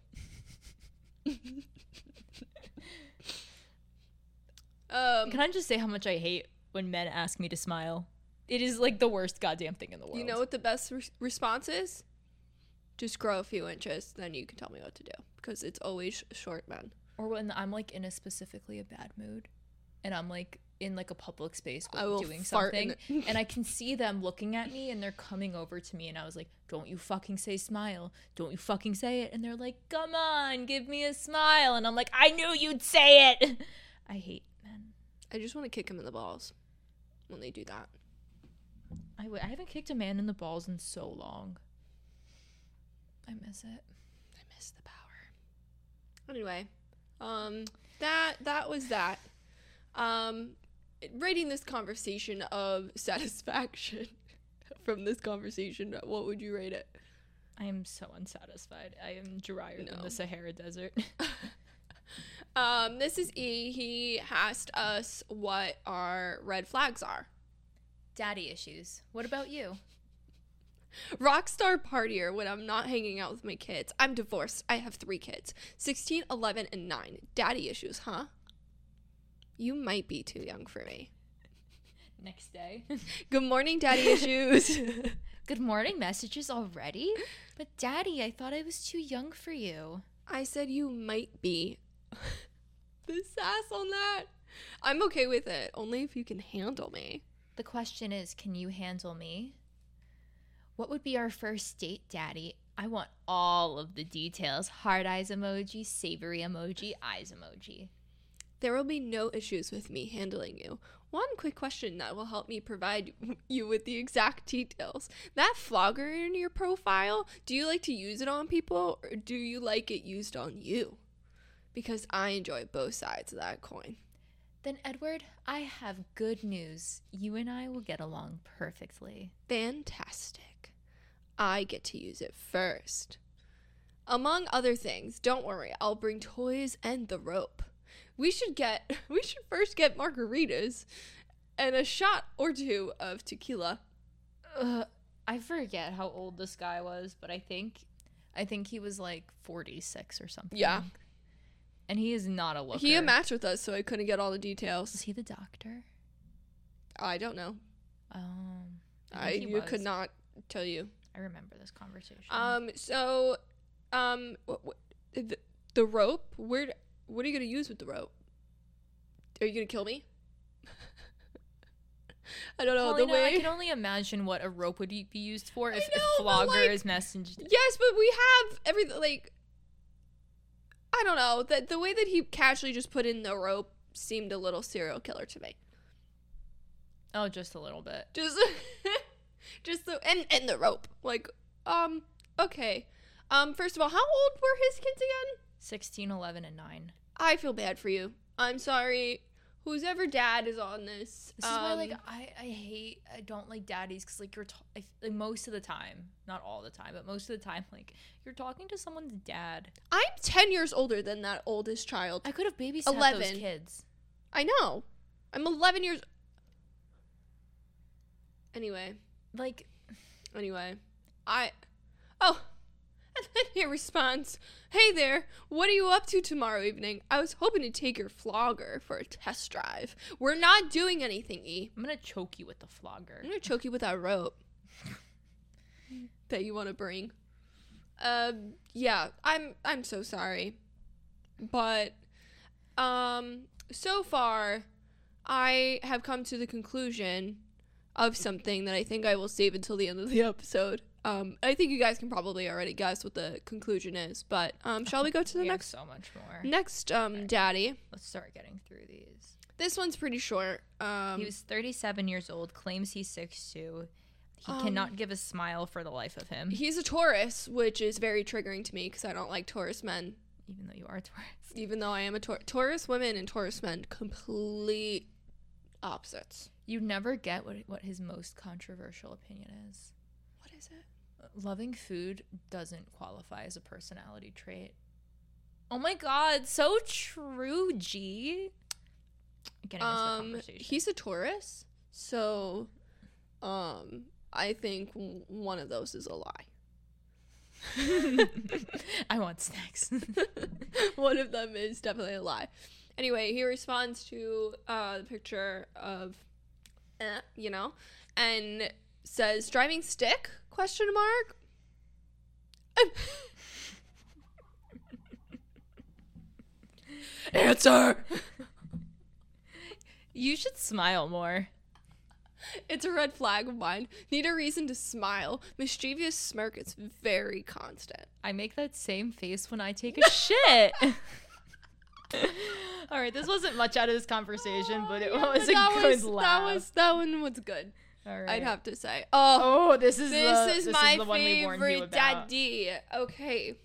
Speaker 2: um,
Speaker 1: Can I just say how much I hate when men ask me to smile? It is like the worst goddamn thing in the world.
Speaker 2: you know what the best re- response is? Just grow a few inches, then you can tell me what to do. Because it's always sh- short men.
Speaker 1: or when I'm like in a specifically a bad mood and I'm like in like a public space
Speaker 2: I will
Speaker 1: doing
Speaker 2: fart in
Speaker 1: something and I can see them looking at me and they're coming over to me and I was like, "Don't you fucking say smile. Don't you fucking say it." And they're like, "Come on, give me a smile." And I'm like, "I knew you'd say it." I hate men.
Speaker 2: I just want to kick him in the balls when they do that.
Speaker 1: I w- I haven't kicked a man in the balls in so long. I miss it.
Speaker 2: I miss the power. Anyway, um, that that was that. Um, rating this conversation of satisfaction from this conversation, what would you rate it?
Speaker 1: I am so unsatisfied. I am drier than
Speaker 2: No.
Speaker 1: the Sahara Desert.
Speaker 2: Um, this is E. He asked us what our red flags are.
Speaker 1: Daddy issues. What about you?
Speaker 2: Rockstar partier when I'm not hanging out with my kids. I'm divorced. I have three kids 16, 11, and 9. Daddy issues, huh? You might be too young for me.
Speaker 1: Next day.
Speaker 2: Good morning, daddy issues.
Speaker 1: Good morning messages already? But daddy, I thought I was too young for you.
Speaker 2: I said you might be. the sass on that. I'm okay with it, only if you can handle me.
Speaker 1: The question is, can you handle me? What would be our first date, daddy? I want all of the details. Hard eyes emoji, savory emoji, eyes emoji.
Speaker 2: There will be no issues with me handling you. One quick question that will help me provide you with the exact details. That flogger in your profile, do you like to use it on people or do you like it used on you? Because I enjoy both sides of that coin.
Speaker 1: Then, Edward, I have good news. You and I will get along perfectly.
Speaker 2: Fantastic. I get to use it first. Among other things, don't worry, I'll bring toys and the rope. We should get we should first get margaritas and a shot or two of tequila.
Speaker 1: Ugh, I forget how old this guy was, but I think I think he was like 46 or something.
Speaker 2: Yeah.
Speaker 1: And he is not a looker.
Speaker 2: He a match with us, so I couldn't get all the
Speaker 1: Was
Speaker 2: details.
Speaker 1: he the doctor?
Speaker 2: I don't know.
Speaker 1: Um,
Speaker 2: I
Speaker 1: think he
Speaker 2: you could
Speaker 1: was.
Speaker 2: not tell you.
Speaker 1: I remember this conversation.
Speaker 2: Um so um wh- wh- the, the rope, where d- what are you going to use with the rope? Are you going to kill me? I don't know
Speaker 1: Paulina,
Speaker 2: the way
Speaker 1: Oh, I can only imagine what a rope would be used for if, if
Speaker 2: know, but,
Speaker 1: Flogger
Speaker 2: like-
Speaker 1: is messaged.
Speaker 2: Yes, but we have everything. Like, I don't know. The, the way that he casually just put in the rope seemed a little serial killer to me.
Speaker 1: Oh, just a little bit.
Speaker 2: Just, just the and and the rope. Like, um, okay. Um, first of all, how old were his kids again?
Speaker 1: 16, 11, and 9.
Speaker 2: I feel bad for you. I'm sorry. Who's ever dad is on this.
Speaker 1: This is why, like,
Speaker 2: Um,
Speaker 1: I, I hate, I don't like daddies because, like, you're, t- I f like, most of the time, not all the time, but most of the time, like, you're talking to someone's dad.
Speaker 2: I'm ten years older than that oldest child.
Speaker 1: I could have babysat those
Speaker 2: 11.
Speaker 1: kids.
Speaker 2: I know. I'm eleven years. Anyway.
Speaker 1: Like,
Speaker 2: Anyway, I. Oh! And then he responds, Hey there, what are you up to tomorrow evening? I was hoping to take your flogger for a test drive. We're not doing anything, E.
Speaker 1: I'm going to choke you with the flogger.
Speaker 2: I'm gonna choke you with that rope that you wanna bring. Um, yeah, I'm I'm so sorry. But um so far I have come to the conclusion of something that I think I will save until the end of the episode. Um, I think you guys can probably already guess what the conclusion is, but um, shall we go to the
Speaker 1: We have
Speaker 2: next
Speaker 1: so much more.
Speaker 2: next um, daddy?
Speaker 1: Let's start getting through these.
Speaker 2: This one's pretty short. Um,
Speaker 1: he was 37 years old, claims he's 6'2. He
Speaker 2: Um,
Speaker 1: cannot give a smile for the life of him,
Speaker 2: He's a Taurus, which is very triggering to me because I don't like Taurus men,
Speaker 1: even though you are a Taurus.
Speaker 2: even though I am a Taur- Taurus women and Taurus men complete opposites.
Speaker 1: You never get what, what his most controversial opinion is.
Speaker 2: What is it?
Speaker 1: Loving food doesn't qualify as a personality trait. Oh my god, so true, G. Getting into the
Speaker 2: Um,
Speaker 1: conversation.
Speaker 2: he's a Taurus, so um, I think w- one of those is a lie.
Speaker 1: I want snacks.
Speaker 2: one of them is definitely a lie. Anyway, he responds to uh, the picture of, eh, you know, and says, "Driving stick?" Question mark.
Speaker 1: Answer. You should smile more.
Speaker 2: It's a red flag of mine. Need a reason to smile. Mischievous smirk is very constant.
Speaker 1: I make that same face when I take a shit. All right, this wasn't much out of this conversation, but it
Speaker 2: Yeah,
Speaker 1: was a
Speaker 2: Oh, that
Speaker 1: good
Speaker 2: was-
Speaker 1: laugh.
Speaker 2: That was that one was good.
Speaker 1: All right.
Speaker 2: I'd have to say. Oh,
Speaker 1: Oh, this is
Speaker 2: this
Speaker 1: the,
Speaker 2: is
Speaker 1: this
Speaker 2: my
Speaker 1: is the one we warned you
Speaker 2: favorite
Speaker 1: about.
Speaker 2: daddy. Okay,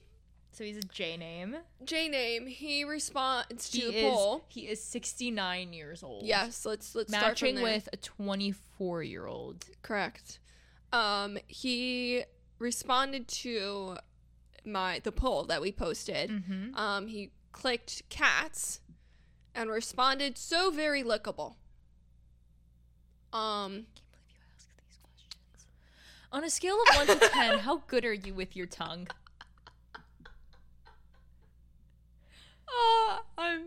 Speaker 1: So he's a J name.
Speaker 2: J name. He responds to
Speaker 1: He
Speaker 2: the
Speaker 1: is
Speaker 2: poll.
Speaker 1: he is 69 years old.
Speaker 2: Yes, let's let's start from
Speaker 1: matching
Speaker 2: there.
Speaker 1: with a 24 year old.
Speaker 2: correct. Um, he responded to my the poll that we posted.
Speaker 1: Mm-hmm.
Speaker 2: Um, he clicked cats and responded so very lickable. Um,
Speaker 1: can't believe you ask these questions. On a scale of one to ten, how good are you with your tongue?
Speaker 2: oh, I'm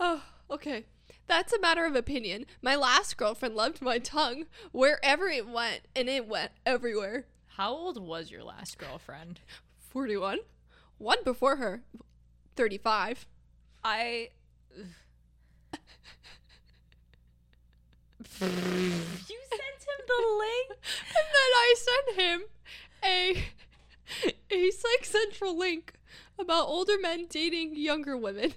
Speaker 2: oh, okay. That's a matter of opinion. My last girlfriend loved my tongue wherever it went, and it went everywhere.
Speaker 1: How old was your last girlfriend?
Speaker 2: 41. One before her, 35.
Speaker 1: I. you sent him the link.
Speaker 2: And then I sent him a a like central link about older men dating younger women.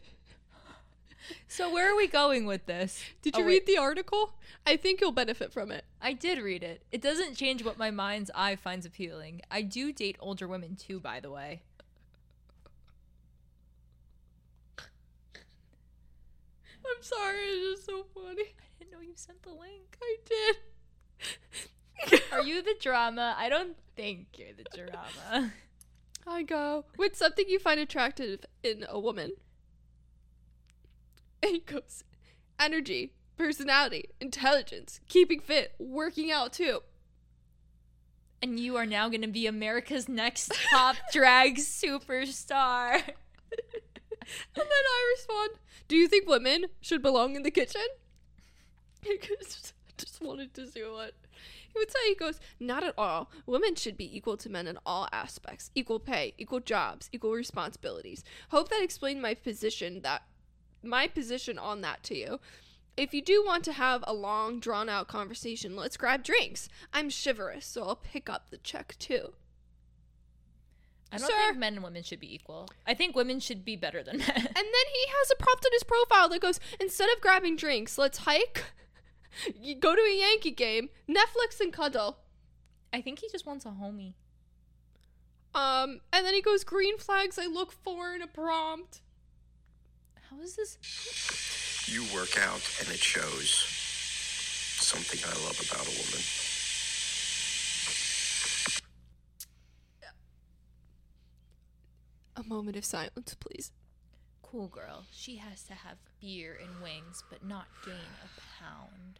Speaker 1: So where are we going with this?
Speaker 2: Did
Speaker 1: Oh,
Speaker 2: you
Speaker 1: wait.
Speaker 2: read the article? I think you'll benefit from it.
Speaker 1: I did read it. It doesn't change what my mind's eye finds appealing. I do date older women too, by the way.
Speaker 2: I'm sorry, it's just so funny.
Speaker 1: I didn't know you sent the link.
Speaker 2: I did.
Speaker 1: Are you the drama? I don't think you're the drama.
Speaker 2: I go. With something you find attractive in a woman. And he goes energy, personality, intelligence, keeping fit, working out too.
Speaker 1: And you are now going to be America's next top drag superstar.
Speaker 2: And then I respond, Do you think women should belong in the kitchen? I just, just wanted to see what he would say. He goes, Not at all. Women should be equal to men in all aspects equal pay, equal jobs, equal responsibilities. Hope that explained my position that my position on that to you. If you do want to have a long, drawn out conversation, let's grab drinks. I'm chivalrous, so I'll pick up the check too.
Speaker 1: I don't
Speaker 2: Sir.
Speaker 1: think men and women should be equal. I think women should be better than men.
Speaker 2: And then he has a prompt on his profile that goes, instead of grabbing drinks, let's hike, you go to a Yankee game, Netflix and cuddle.
Speaker 1: I think he just wants a homie.
Speaker 2: Um, and then he goes, green flags I look for in a prompt.
Speaker 1: How is this?
Speaker 4: You work out and it shows. Something I love about a woman.
Speaker 2: A moment of silence, please.
Speaker 1: Cool girl. She has to have beer and wings, but not gain a pound.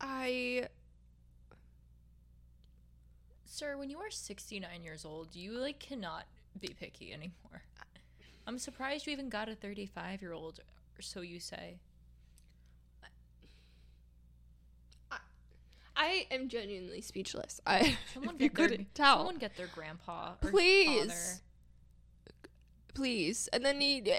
Speaker 2: I
Speaker 1: Sir, when you are 69 years old, you like cannot be picky anymore. I'm surprised you even got a 35 year old, or so you say.
Speaker 2: I am genuinely speechless. I
Speaker 1: Someone
Speaker 2: if you
Speaker 1: get their,
Speaker 2: couldn't tell.
Speaker 1: Someone get their grandpa. Or
Speaker 2: Please.
Speaker 1: father.
Speaker 2: please. And then he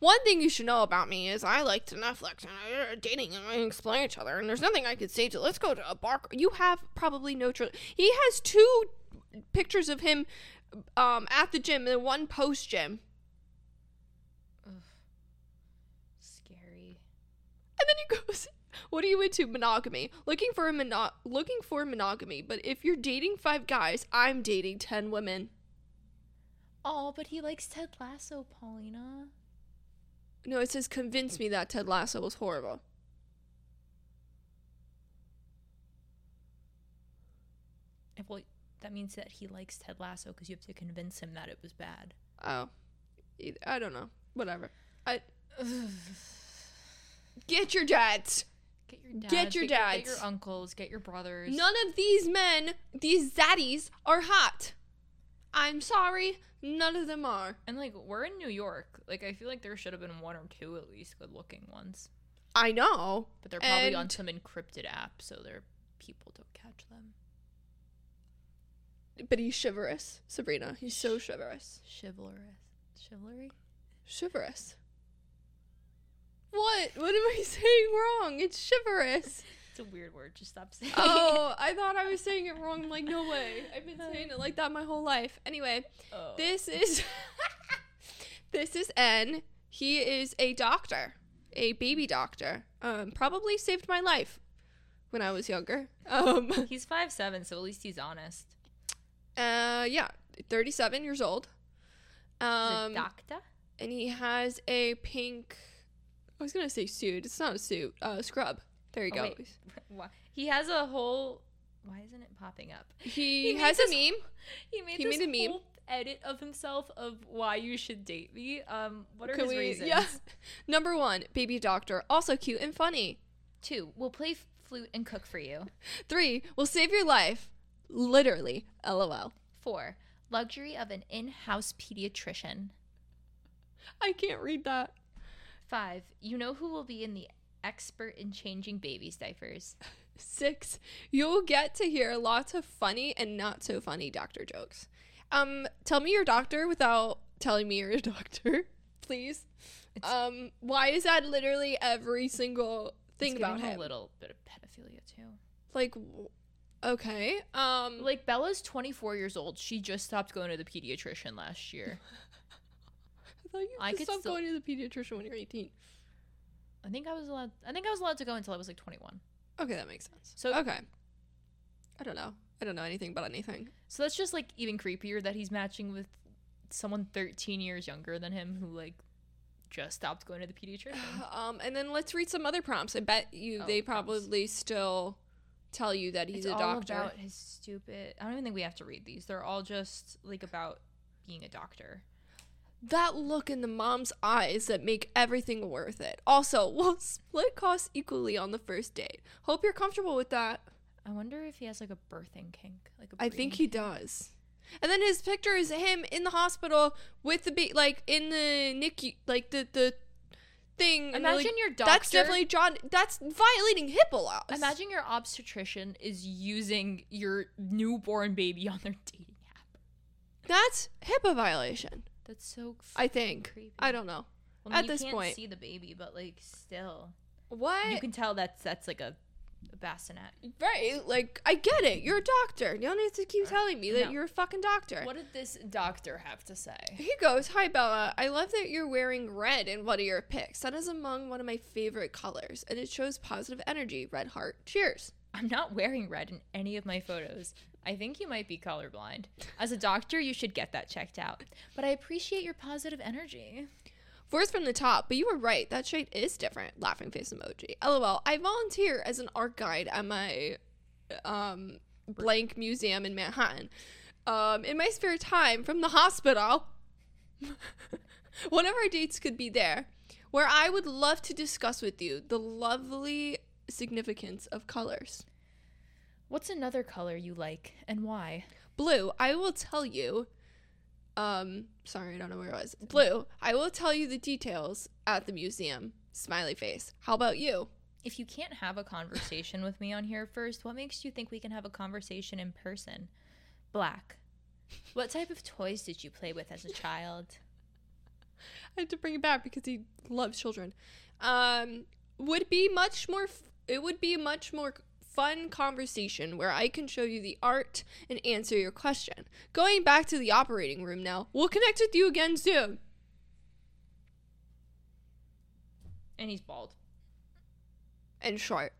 Speaker 2: one thing you should know about me is I like to Netflix and I uh, dating and I explain each other and there's nothing I could say to let's go to a bar. You have probably no tr- he has two pictures of him um at the gym and one post gym.
Speaker 1: Scary.
Speaker 2: And then he goes, "What are you into? Monogamy. Looking for a mono- looking for monogamy, but if you're dating 5 guys, I'm dating 10 women."
Speaker 1: Oh, but he likes Ted Lasso, Paulina.
Speaker 2: No, it says convince me that Ted Lasso was horrible.
Speaker 1: That means that he likes Ted Lasso because you have to convince him that it was bad.
Speaker 2: Oh, Eith- I don't know. Whatever. I get your dads.
Speaker 1: Get your dads.
Speaker 2: Get your
Speaker 1: Get your
Speaker 2: dads.
Speaker 1: uncles. Get your brothers.
Speaker 2: None of these men, these zaddies, are hot. I'm sorry, none of them are.
Speaker 1: And like we're in New York. Like I feel like there should have been one or two at least good looking ones.
Speaker 2: I know,
Speaker 1: But they're probably on
Speaker 2: And-
Speaker 1: some encrypted app so their people don't catch them.
Speaker 2: but he's chivalrous, Sabrina. He's so chivalrous.
Speaker 1: Chivalrous. Chivalry?
Speaker 2: Chivalrous. What? What am I saying wrong? It's chivalrous.
Speaker 1: It's a weird word. Just stop saying
Speaker 2: Oh, I thought I was saying it wrong. I'm like, no way. I've been saying it like that my whole life. Anyway,
Speaker 1: it. Oh.
Speaker 2: This is this is N. He is a doctor, a baby doctor. Um, probably saved my life when I was younger. Um,
Speaker 1: He's five seven, so at least he's honest.
Speaker 2: uh, yeah, thirty-seven years old.
Speaker 1: He's
Speaker 2: Um,
Speaker 1: a doctor?
Speaker 2: and he has a pink. I was gonna say suit. It's not a suit. Uh, scrub. There you
Speaker 1: Oh,
Speaker 2: go.
Speaker 1: wait. Why- He has a whole why isn't it popping up?
Speaker 2: He,
Speaker 1: He
Speaker 2: has a
Speaker 1: makes us-
Speaker 2: meme.
Speaker 1: He made
Speaker 2: He
Speaker 1: this
Speaker 2: made a meme.
Speaker 1: whole edit of himself of why you should date me. Um what are
Speaker 2: Can
Speaker 1: his
Speaker 2: we-
Speaker 1: reasons?
Speaker 2: Yeah. Number one, baby doctor. Also cute and funny.
Speaker 1: Two, we'll play flute and cook for you.
Speaker 2: Three, will save your life. Literally. LOL.
Speaker 1: Four, luxury of an in house pediatrician.
Speaker 2: I can't read that.
Speaker 1: Five, you know who will be in the expert in changing babies' diapers.
Speaker 2: Six, you'll get to hear lots of funny and not so funny doctor jokes. Um, tell me your doctor without telling me you're a doctor, please.
Speaker 1: It's-
Speaker 2: Um, why is that literally every single thing
Speaker 1: It's
Speaker 2: about
Speaker 1: giving
Speaker 2: him?
Speaker 1: a little bit of pedophilia too.
Speaker 2: Like, w- okay. Um,
Speaker 1: Like Bella's 24 years old. She just stopped going to the pediatrician last year.
Speaker 2: I thought you
Speaker 1: I
Speaker 2: just
Speaker 1: could
Speaker 2: stopped
Speaker 1: still-
Speaker 2: going to the pediatrician when you're 18.
Speaker 1: I think I was allowed. I think I was allowed to go until I was like 21.
Speaker 2: Okay, that makes sense.
Speaker 1: So-
Speaker 2: okay, I don't know. I don't know anything about anything.
Speaker 1: So that's just like even creepier that he's matching with someone 13 years younger than him who like just stopped going to the pediatrician.
Speaker 2: Um, and then let's read some other prompts. I bet you
Speaker 1: Oh,
Speaker 2: they
Speaker 1: prompts.
Speaker 2: probably still tell you that he's
Speaker 1: it's
Speaker 2: a
Speaker 1: all
Speaker 2: doctor.
Speaker 1: about his stupid. I don't even think we have to read these. They're all just like about being a doctor.
Speaker 2: that look in the mom's eyes that make everything worth it. Also, we'll split costs equally on the first date. Hope you're comfortable with that.
Speaker 1: I wonder if he has like a birthing kink. Like a
Speaker 2: I think
Speaker 1: breeding
Speaker 2: he does. And then his picture is him in the hospiel with the ba- like in the NICU, like the the thing. and they're like-
Speaker 1: Imagine your
Speaker 2: That's
Speaker 1: doctor-
Speaker 2: definitely John. That's violating HIPAA laws.
Speaker 1: Imagine your obstetrician is using your newborn baby on their dating app.
Speaker 2: that's HIPAA violation.
Speaker 1: That's so. F-
Speaker 2: I think.
Speaker 1: Creepy.
Speaker 2: I don't know.
Speaker 1: Well, I mean,
Speaker 2: at
Speaker 1: you
Speaker 2: this
Speaker 1: can't
Speaker 2: point- Eh.
Speaker 1: see the baby, but like still,
Speaker 2: What?
Speaker 1: you can tell that's that's like a, a bassinet.
Speaker 2: Right, like I get it. You're a doctor. You don't need to keep telling me that
Speaker 1: No.
Speaker 2: you're a fucking doctor.
Speaker 1: Uh, What did this doctor have to say?
Speaker 2: He goes, "Hi Bella. I love that you're wearing red in one of your pics. That is among one of my favorite colors, and it shows positive energy. Red heart. Cheers."
Speaker 1: I'm not wearing red in any of my photos. I think you might be colorblind. As a doctor, you should get that checked out. But I appreciate your positive energy.
Speaker 2: Four's from the top, but you were right. That shade is different. Laughing face emoji. LOL. I volunteer as an art guide at my um blank museum in Manhattan. Um, in my spare time from the hospital, one of our dates could be there, where I would love to discuss with you the lovely significance of colors.
Speaker 1: What's another color you like and why?
Speaker 2: Blue, I will tell you. Um, sorry, I don't know where it was. Blue, I will tell you the details at the museum. Smiley face. How about you?
Speaker 1: If you can't have a conversation with me on here first, what makes you think we can have a conversation in person? Black. What type of toys did you play with as a child?
Speaker 2: I had to bring it back because he loves children. Um, would be much more. F- it would be a much more fun conversation where I can show you the art and answer your question. Going back to the operating room now. We'll connect with you again soon.
Speaker 1: And he's bald.
Speaker 2: And short.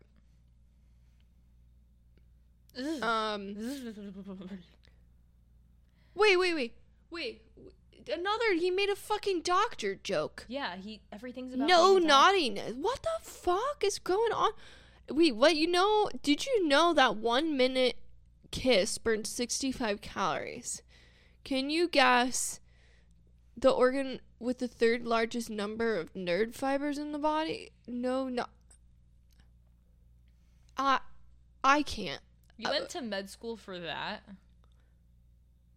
Speaker 2: Um. Wait, wait, wait, wait. Another. He made a fucking doctor joke.
Speaker 1: yeah, he everything's about
Speaker 2: No
Speaker 1: being a doctor.
Speaker 2: naughtiness. What the fuck is going on? Wait, what? You know? Did you know that one minute kiss burned 65 calories. Can you guess the organ with the third largest number of nerve fibers in the body? No, no. I I can't.
Speaker 1: You went to med school for that.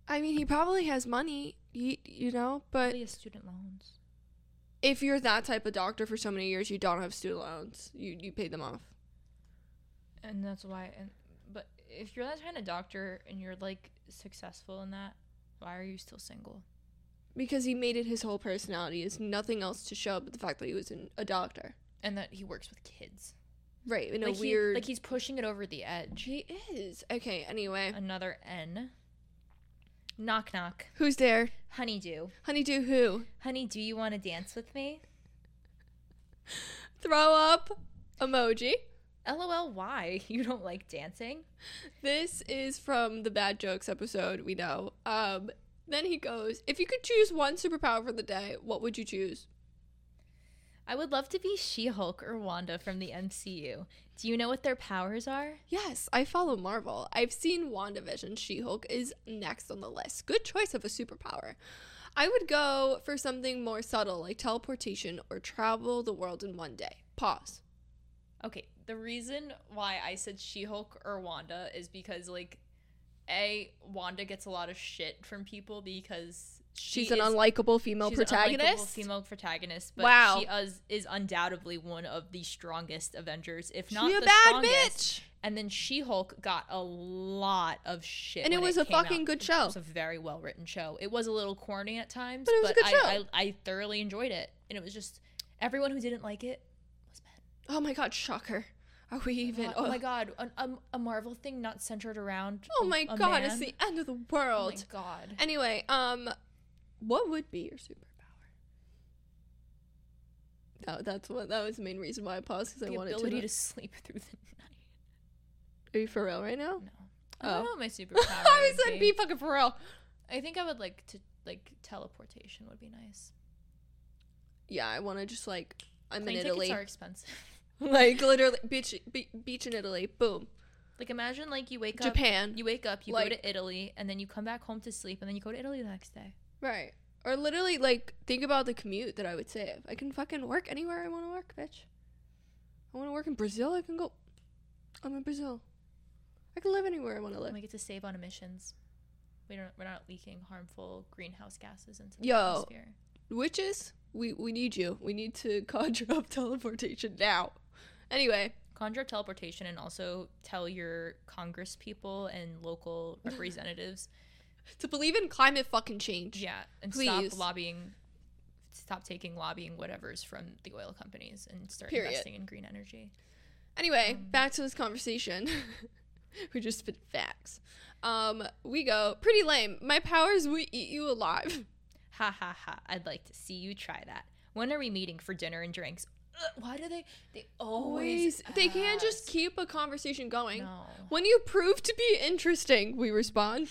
Speaker 2: I mean, he probably has money, you, you know, but
Speaker 1: Probably student loans.
Speaker 2: if you're that type of doctor for so many years, you don't have student loans. You you pay them off.
Speaker 1: And that's why. And, but if you're that kind of doctor and you're like successful in that, why are you still single?
Speaker 2: because he made it his whole personality. Is nothing else to show but the fact that he was an, a doctor,
Speaker 1: And that he works with kids.
Speaker 2: right? In a
Speaker 1: like he-
Speaker 2: weird.
Speaker 1: like he's pushing it over the edge.
Speaker 2: he is okay. Anyway,
Speaker 1: Another N. Knock knock.
Speaker 2: who's there?
Speaker 1: Honeydew.
Speaker 2: Honeydew, who?
Speaker 1: Honey, do you want to dance with me?
Speaker 2: Throw up emoji.
Speaker 1: LOL, why? You don't like dancing?
Speaker 2: This is from the bad jokes episode. We know. Um, then he goes, "If you could choose one superpower for the day, what would you choose?"
Speaker 1: I would love to be She Hulk or Wanda from the MCU. Do you know what their powers are?
Speaker 2: Yes, I follow Marvel. I've seen WandaVision. She Hulk is next on the list. Good choice of a superpower. I would go for something more subtle like teleportation or travel the world in one day. Pause.
Speaker 1: Okay, the reason why I said She Hulk or Wanda is because, like, A, Wanda gets a lot of shit from people because she
Speaker 2: She's an
Speaker 1: is-
Speaker 2: unlikable female
Speaker 1: she's an unlikable
Speaker 2: protagonist.
Speaker 1: female protagonist, but
Speaker 2: Wow.
Speaker 1: she is, is undoubtedly one of the strongest Avengers, if not
Speaker 2: she a
Speaker 1: the
Speaker 2: bad
Speaker 1: strongest.
Speaker 2: bitch.
Speaker 1: And then She Hulk got a lot of shit,
Speaker 2: And it
Speaker 1: when
Speaker 2: was a
Speaker 1: came
Speaker 2: fucking
Speaker 1: out.
Speaker 2: good show.
Speaker 1: It was a very well written show. It was a little corny at times,
Speaker 2: But
Speaker 1: but,
Speaker 2: it was a good
Speaker 1: I,
Speaker 2: show.
Speaker 1: I, I thoroughly enjoyed it, and it was just everyone who didn't like it was men.
Speaker 2: Oh my god, shocker. Are we even?
Speaker 1: oh, my god, an, a, a Marvel thing not centered around.
Speaker 2: Oh my
Speaker 1: a
Speaker 2: god, it's
Speaker 1: man.
Speaker 2: the end of the
Speaker 1: oh
Speaker 2: world.
Speaker 1: my god.
Speaker 2: Anyway, um, what would be your superpower? That, that's what that was the main reason why I paused because I
Speaker 1: the
Speaker 2: wanted
Speaker 1: ability
Speaker 2: to.
Speaker 1: to sleep through the
Speaker 2: Are you for real right now?
Speaker 1: night. No, I
Speaker 2: Oh.
Speaker 1: don't know what my superpower.
Speaker 2: I
Speaker 1: would
Speaker 2: said be fucking for real.
Speaker 1: I think I would like to like teleportation would be nice.
Speaker 2: Yeah, I want to just like I'm
Speaker 1: Plane
Speaker 2: in
Speaker 1: tickets
Speaker 2: Italy,
Speaker 1: are expensive.
Speaker 2: like literally beach be, beach in Italy. Boom,
Speaker 1: Like imagine like you wake up
Speaker 2: Japan.
Speaker 1: You wake up, you
Speaker 2: Like-
Speaker 1: go to Italy, and then you come back home to sleep, and then you go to Italy the next day.
Speaker 2: right? Or literally like think about the commute that I would save. I can fucking work anywhere I want to work, bitch. I want to work in Brazil. I can go. I'm in Brazil. I can live anywhere I want to live.
Speaker 1: And we get to save on emissions. We don't. We're not leaking harmful greenhouse gases into the
Speaker 2: Yo.
Speaker 1: atmosphere.
Speaker 2: Witches, we we need you. We need to conjure up teleportation now. Anyway,
Speaker 1: Conjure up teleportation, and also tell your Congress people and local representatives,
Speaker 2: to believe in climate fucking change.
Speaker 1: yeah, and
Speaker 2: Please.
Speaker 1: stop lobbying, stop taking lobbying whatever's from the oil companies, and start
Speaker 2: Period.
Speaker 1: investing in green energy.
Speaker 2: Anyway, back to this conversation. we just spit facts. Um, we go pretty lame. My powers would eat you alive.
Speaker 1: Ha ha ha! I'd like to see you try that. When are we meeting for dinner and drinks? Ugh, why do they? They always.
Speaker 2: they can't just
Speaker 1: ask.
Speaker 2: keep a conversation going.
Speaker 1: No.
Speaker 2: When you prove to be interesting, we respond.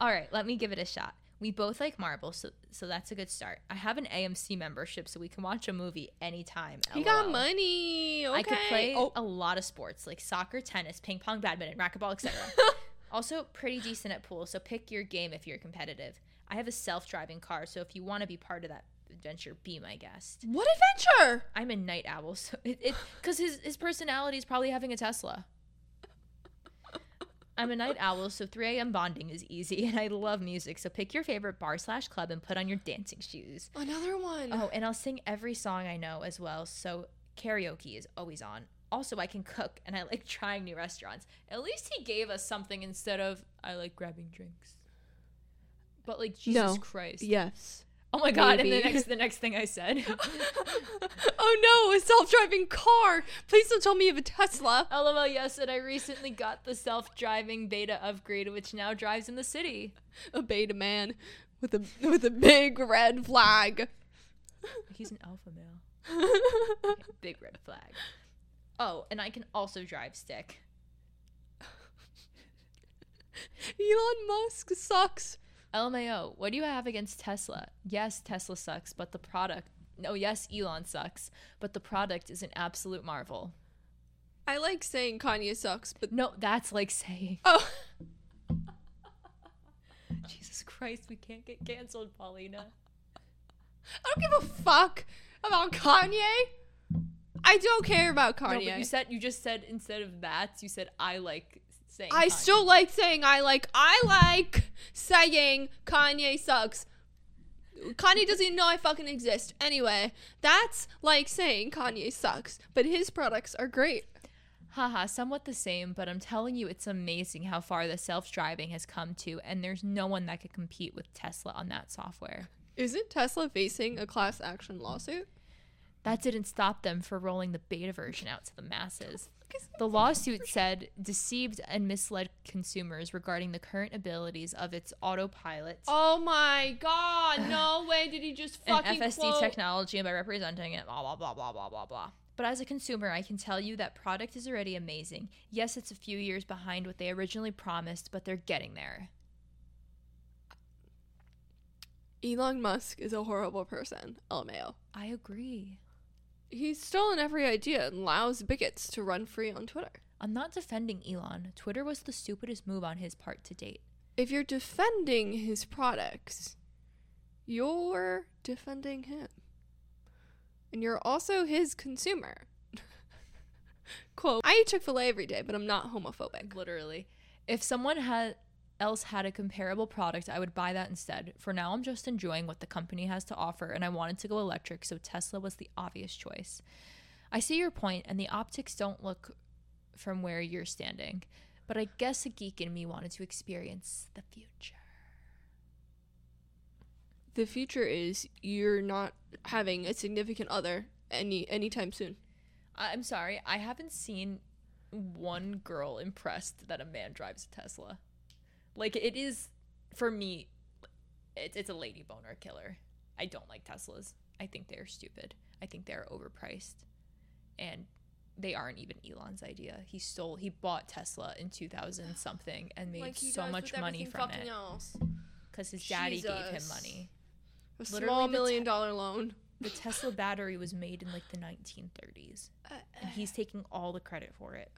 Speaker 1: All right, let me give it a shot. We both like Marvel, so so that's a good start. I have an AMC membership, so we can watch a movie anytime.
Speaker 2: He got
Speaker 1: LOL.
Speaker 2: money. Okay.
Speaker 1: I could play
Speaker 2: Oh,
Speaker 1: a lot of sports like soccer, tennis, ping pong, badminton, racquetball, etc. also, pretty decent at pool, so pick your game if you're competitive. I have a self-driving car, so if you want to be part of that adventure, be my guest.
Speaker 2: what adventure?
Speaker 1: I'm a night owl, so it because his his personality is probably having a Tesla. I'm a night owl, so 3 a.m. bonding is easy, and I love music. So pick your favorite bar slash club and put on your dancing shoes.
Speaker 2: Another one.
Speaker 1: Oh, and I'll sing every song I know as well. So karaoke is always on. Also, I can cook, and I like trying new restaurants. At least he gave us something instead of I like grabbing drinks. But like Jesus
Speaker 2: No.
Speaker 1: Christ,
Speaker 2: Yes.
Speaker 1: oh my God! And
Speaker 2: Maybe.
Speaker 1: the next the next thing I said.
Speaker 2: oh no, a self-driving car. Please don't tell me you have a Tesla.
Speaker 1: LOL, yes, and I recently got the self driving beta upgrade, which now drives in the city.
Speaker 2: A beta man with a with a big red flag.
Speaker 1: He's an alpha male. Big red flag. Oh, and I can also drive stick.
Speaker 2: Elon Musk sucks.
Speaker 1: LMAO, what do you have against Tesla? Yes, Tesla sucks, but the product. No, yes, Elon sucks, but the product is an absolute marvel.
Speaker 2: I like saying Kanye sucks, but
Speaker 1: No, that's like saying,
Speaker 2: oh,
Speaker 1: Jesus Christ, we can't get canceled,
Speaker 2: Uh,
Speaker 1: Paulina.
Speaker 2: I don't give a fuck about Kanye. I don't care about
Speaker 1: No, but
Speaker 2: Kanye.
Speaker 1: you said you just said instead of that, you said I like saying.
Speaker 2: I
Speaker 1: Kanye."
Speaker 2: still like saying I like I like saying Kanye sucks. Kanye doesn't even know I fucking exist. Anyway, that's like saying Kanye sucks, but his products are great.
Speaker 1: Haha, somewhat the same, but I'm telling you, it's amazing how far the self driving has come to, and there's no one that could compete with Tesla on that software.
Speaker 2: Isn't Tesla facing a class action lawsuit?
Speaker 1: That didn't stop them for rolling the beta version out to the masses. The lawsuit said deceived and misled consumers regarding the current abilities of its autopilot
Speaker 2: Oh my god, no way did he just
Speaker 1: and
Speaker 2: fucking
Speaker 1: FSD
Speaker 2: quote-
Speaker 1: technology and by representing it, blah, blah, blah, blah, blah, blah, blah. But as a consumer, I can tell you that product is already amazing. Yes, it's a few years behind what they originally promised, but they're getting there.
Speaker 2: Elon Musk is a horrible person. LMAO.
Speaker 1: I agree.
Speaker 2: He's stolen every idea and allows bigots to run free on Twitter.
Speaker 1: I'm not defending Elon. Twitter was the stupidest move on his part to date.
Speaker 2: if you're defending his products, you're defending him. And you're also his consumer. Quote I eat Chick fil A every day, but I'm not homophobic.
Speaker 1: Literally. If someone had else had a comparable product, I would buy that instead. For now, I'm just enjoying what the company has to offer and I wanted to go electric, so Tesla was the obvious choice. I see your point and the optics don't look from where you're standing, but I guess a geek in me wanted to experience the future.
Speaker 2: The future is you're not having a significant other any anytime soon.
Speaker 1: I- I'm sorry, I haven't seen one girl impressed that a man drives a Tesla. Like it is for me, it's it's a lady boner killer. I don't like Teslas. I think they're stupid. I think they're overpriced, and they aren't even Elon's idea. He stole, he bought Tesla in 2000 something and made so much money from it
Speaker 2: Else.
Speaker 1: because his daddy gave him
Speaker 2: Jesus.
Speaker 1: money.
Speaker 2: A
Speaker 1: Literally
Speaker 2: small
Speaker 1: the
Speaker 2: million
Speaker 1: te-
Speaker 2: dollar loan.
Speaker 1: The Tesla battery was made in like the 1930s and he's taking all the credit for it.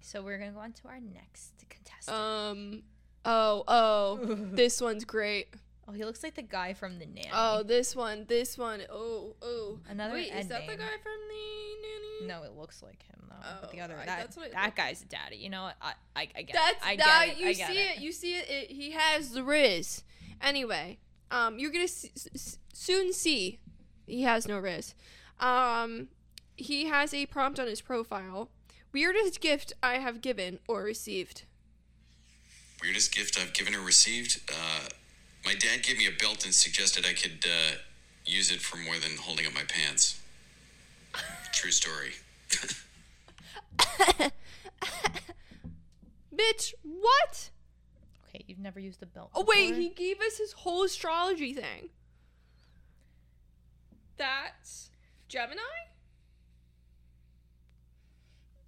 Speaker 1: So we're gonna go on to our next contestant.
Speaker 2: Um oh oh this one's great.
Speaker 1: oh, he looks like the guy from the nanny.
Speaker 2: Oh, this one, this one. Oh, oh.
Speaker 1: Another
Speaker 2: Wait, is
Speaker 1: Ed
Speaker 2: that the
Speaker 1: name.
Speaker 2: guy from the nanny?
Speaker 1: no, it looks like him though. but the
Speaker 2: Oh,
Speaker 1: other
Speaker 2: I-
Speaker 1: that,
Speaker 2: that's what it
Speaker 1: that
Speaker 2: looked-
Speaker 1: guy's a daddy. You know, what? I I, I get
Speaker 2: That's
Speaker 1: it. I get
Speaker 2: that.
Speaker 1: it.
Speaker 2: You
Speaker 1: I
Speaker 2: see
Speaker 1: get
Speaker 2: it. You see it, it. He has the riz. Anyway, um, you're gonna s- s- soon see he has no riz. Um, he has a prompt on his profile. Weirdest gift I have given or received.
Speaker 5: Weirdest gift I've given or received? Uh, my dad gave me a belt and suggested I could uh, use it for more than holding up my pants. True story.
Speaker 2: Bitch, what?
Speaker 1: Okay, you've never used a belt.
Speaker 2: Oh wait,
Speaker 1: before?
Speaker 2: he gave us his whole astrology thing. That's Gemini,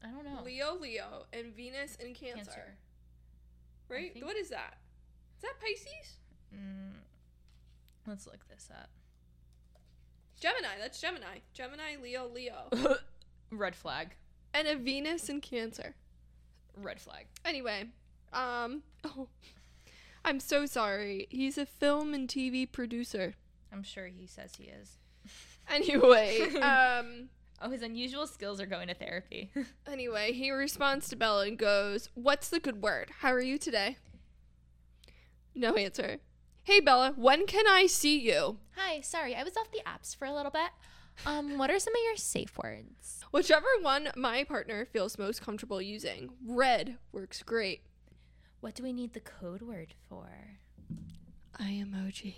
Speaker 1: I don't know.
Speaker 2: Leo, Leo, and Venus in Cancer.
Speaker 1: Oh. Cancer.
Speaker 2: Right?
Speaker 1: think-
Speaker 2: What is that? Is that Pisces?
Speaker 1: Mm, let's look this up.
Speaker 2: Gemini. That's Gemini. Gemini, Leo, Leo.
Speaker 1: Red flag.
Speaker 2: and a Venus in Cancer.
Speaker 1: Red flag.
Speaker 2: Anyway, um, oh, I'm so sorry. He's a film and TV producer.
Speaker 1: I'm sure he says he is.
Speaker 2: Anyway, um,
Speaker 1: Oh, his unusual skills are going to therapy.
Speaker 2: anyway, he responds to Bella and goes, What's the good word? How are you today? No answer. Hey, Bella, when can I see you?
Speaker 1: Hi, sorry, I was off the apps for a little bit. Um, what are some of your safe words?
Speaker 2: Whichever one my partner feels most comfortable using. Red works great.
Speaker 1: What do we need the code word for?
Speaker 2: I emoji.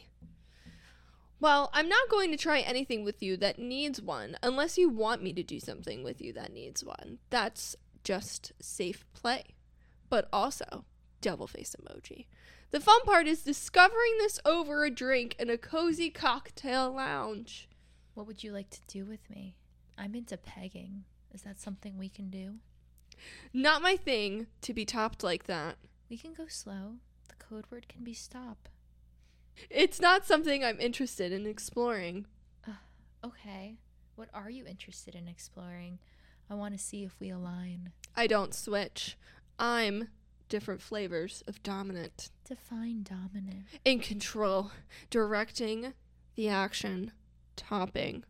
Speaker 2: Well, I'm not going to try anything with you that needs one unless you want me to do something with you that needs one. That's just safe play. But also, devil face emoji. The fun part is discovering this over a drink in a cozy cocktail lounge.
Speaker 1: What would you like to do with me? I'm into pegging. Is that something we can do?
Speaker 2: Not my thing to be topped like that.
Speaker 1: We can go slow. The code word can be stop.
Speaker 2: It's not something I'm interested in exploring.
Speaker 1: Okay. What are you interested in exploring? I want to see if we align.
Speaker 2: I don't switch. I'm different flavors of dominant,
Speaker 1: Define dominant.
Speaker 2: in control, directing the action, topping,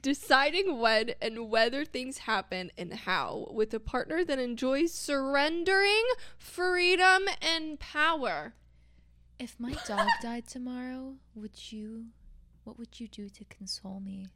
Speaker 2: deciding when and whether things happen and how, with a partner that enjoys surrendering freedom and power.
Speaker 1: If my dog died tomorrow, would you? What would you do to console me?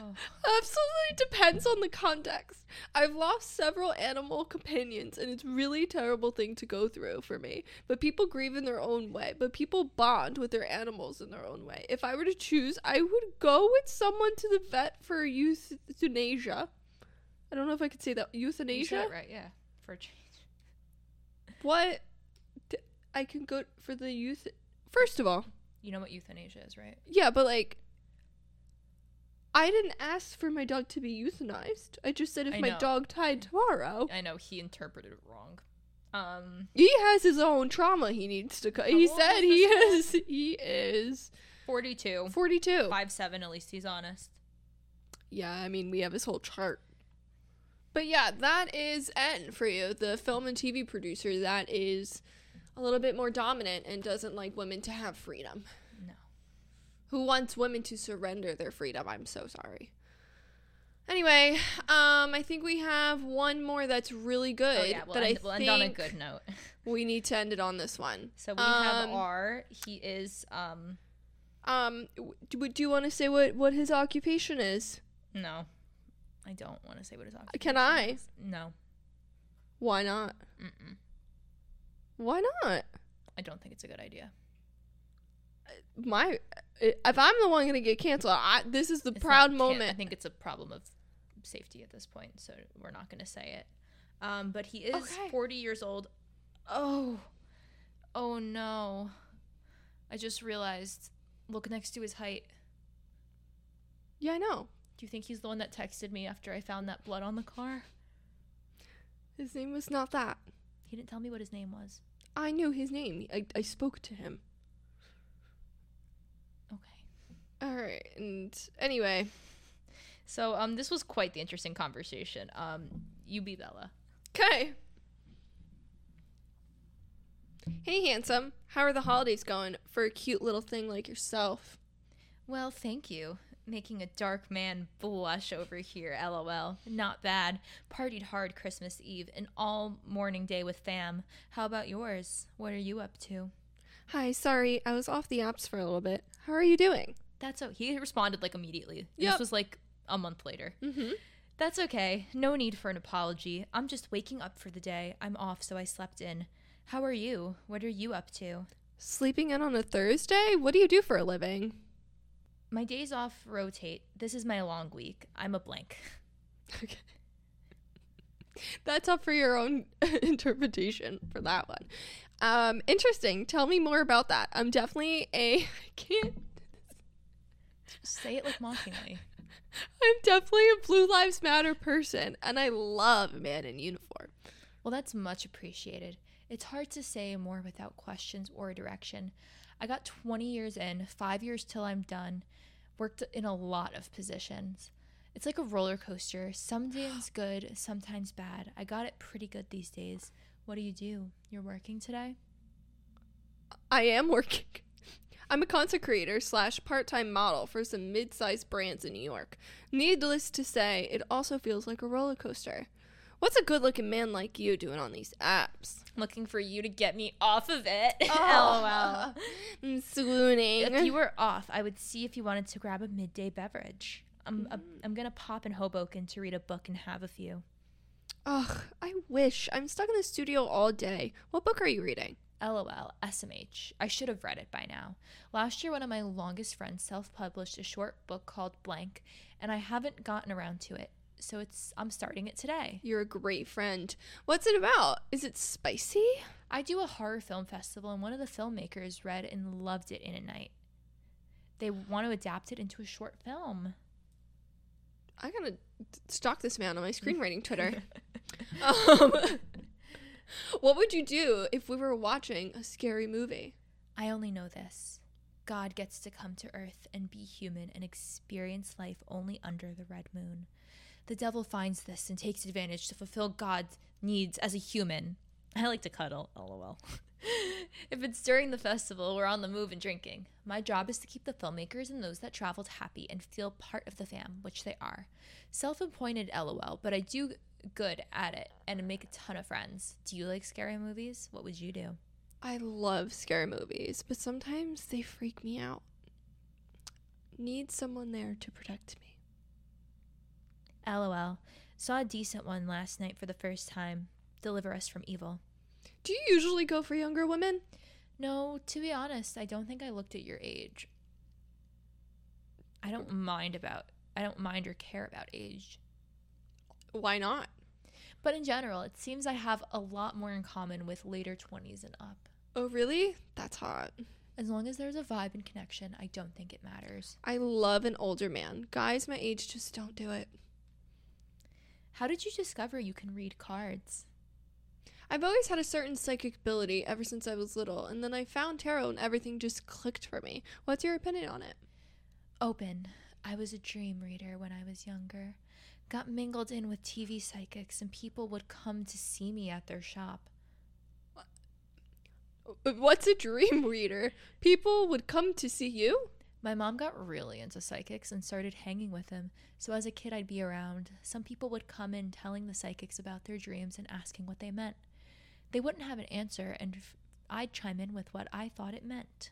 Speaker 1: Oh,
Speaker 2: Absolutely depends on the context. I've lost several animal companions, and it's really a terrible thing to go through for me. But people grieve in their own way, but people bond with their animals in their own way. If I were to choose, I would go with someone to the vet for euthanasia. I don't know if I could say that.
Speaker 1: you said
Speaker 2: Euthanasia?
Speaker 1: it right? Yeah, for a change.
Speaker 2: What? D- I can go for the youth. First of all,
Speaker 1: You know what euthanasia is, right?
Speaker 2: Yeah, but like, I didn't ask for my dog to be euthanized. I just said if
Speaker 1: I
Speaker 2: my
Speaker 1: know.
Speaker 2: dog died tomorrow,
Speaker 1: I know he interpreted it wrong. Um,
Speaker 2: he has his own trauma he needs to. Cut. He
Speaker 1: old
Speaker 2: said
Speaker 1: is
Speaker 2: he
Speaker 1: this
Speaker 2: is. He is
Speaker 1: forty-two,
Speaker 2: forty-two.
Speaker 1: five-seven. At least he's honest.
Speaker 2: Yeah, I mean we have his whole chart. But yeah, that is N for you, the film and TV producer that is a little bit more dominant and doesn't like women to have freedom.
Speaker 1: No.
Speaker 2: who wants women to surrender their freedom. I'm so sorry. Anyway, um, I think we have one more that's really good.
Speaker 1: Oh yeah, we'll,
Speaker 2: that
Speaker 1: end,
Speaker 2: I
Speaker 1: we'll end on a
Speaker 2: think
Speaker 1: good note.
Speaker 2: We need to end it on this one.
Speaker 1: So we have
Speaker 2: Um,
Speaker 1: R. He is um
Speaker 2: Um, w- do, do you want to say what what his occupation is?
Speaker 1: no, I don't want to say what his occupation.
Speaker 2: Can I?
Speaker 1: is. No,
Speaker 2: Why not?
Speaker 1: Mm-mm.
Speaker 2: Why not?
Speaker 1: I don't think it's a good idea.
Speaker 2: My, if I'm the one gonna get canceled, I, this is the
Speaker 1: It's
Speaker 2: proud
Speaker 1: not- can't-
Speaker 2: moment.
Speaker 1: I think it's a problem of safety at this point, so we're not going to say it. Um, but he is
Speaker 2: Okay.
Speaker 1: 40 years old. Oh, oh no! I just realized. Look next to his height.
Speaker 2: yeah, I know.
Speaker 1: Do you think he's the one that texted me after I found that blood on the car?
Speaker 2: His name was not that.
Speaker 1: He didn't tell me what his name was.
Speaker 2: I knew his name. I, I spoke to him.
Speaker 1: Okay.
Speaker 2: All right. And anyway,
Speaker 1: So um, this was quite the interesting conversation. Um, you be Bella.
Speaker 2: Okay. Hey, handsome. How are the holidays going for a cute little thing like yourself?
Speaker 1: Well, thank you. Making a dark man blush over here, lol. Not bad. Partied hard Christmas Eve and all morning day with fam. How about yours? What are you up to?
Speaker 2: Hi, sorry. I was off the apps for a little bit. How are you doing?
Speaker 1: That's so he responded like immediately.
Speaker 2: Yep.
Speaker 1: This was like a month later.
Speaker 2: Mm-hmm.
Speaker 1: That's okay. No need for an apology. I'm just waking up for the day. I'm off, so I slept in. How are you? What are you up to?
Speaker 2: Sleeping in on a Thursday? What do you do for a living?
Speaker 1: My days off rotate. This is my long week. I'm a blank.
Speaker 2: Okay. That's up for your own interpretation for that one. Um, interesting. Tell me more about that. I'm definitely a I can't
Speaker 1: Say it like mockingly.
Speaker 2: I'm definitely a Blue Lives Matter person and I love a man in uniform.
Speaker 1: Well, that's much appreciated. It's hard to say more without questions or direction. I got 20 years in, five years till I'm done, worked in a lot of positions. It's like a roller coaster. Sometimes good, sometimes bad. I got it pretty good these days. What do you do? You're working today?
Speaker 2: I am working. I'm a content creator slash part time model for some mid sized brands in New York. Needless to say, it also feels like a roller coaster. What's a good looking man like you doing on these apps?
Speaker 1: Looking for you to get me off of it.
Speaker 2: Oh. I'm swooning.
Speaker 1: If you were off, I would see if you wanted to grab a midday beverage. I'm, I'm going to pop in Hoboken to read a book and have a few.
Speaker 2: Ugh, I wish. I'm stuck in the studio all day. What book are you reading?
Speaker 1: LOL, SMH. I should have read it by now. Last year, one of my longest friends self published a short book called Blank, and I haven't gotten around to it. So it's I'm starting it today.
Speaker 2: You're a great friend. What's it about? Is it spicy?
Speaker 1: I do a horror film festival and one of the filmmakers read and loved it in a night. They want to adapt it into a short film.
Speaker 2: I gotta t- stalk this man on my screenwriting Twitter. um, what would you do if we were watching a scary movie?
Speaker 1: I only know this. God gets to come to earth and be human and experience life only under the red moon. The devil finds this and takes advantage to fulfill God's needs as a human. I like to cuddle, lol. if it's during the festival, we're on the move and drinking. My job is to keep the filmmakers and those that traveled happy and feel part of the fam, which they are. Self appointed, lol, but I do good at it and make a ton of friends. Do you like scary movies? What would you do?
Speaker 2: I love scary movies, but sometimes they freak me out. Need someone there to protect me.
Speaker 1: LOL. Saw a decent one last night for the first time. Deliver us from evil.
Speaker 2: Do you usually go for younger women?
Speaker 1: No, to be honest, I don't think I looked at your age. I don't mind about I don't mind or care about age.
Speaker 2: Why not?
Speaker 1: But in general, it seems I have a lot more in common with later 20s and up.
Speaker 2: Oh, really? That's hot.
Speaker 1: As long as there's a vibe and connection, I don't think it matters.
Speaker 2: I love an older man. Guys my age just don't do it.
Speaker 1: How did you discover you can read cards?
Speaker 2: I've always had a certain psychic ability ever since I was little, and then I found tarot and everything just clicked for me. What's your opinion on it?
Speaker 1: Open. I was a dream reader when I was younger. Got mingled in with TV psychics, and people would come to see me at their shop.
Speaker 2: Uh, What's a dream reader? People would come to see you?
Speaker 1: My mom got really into psychics and started hanging with them, so as a kid I'd be around. Some people would come in telling the psychics about their dreams and asking what they meant. They wouldn't have an answer, and f- I'd chime in with what I thought it meant.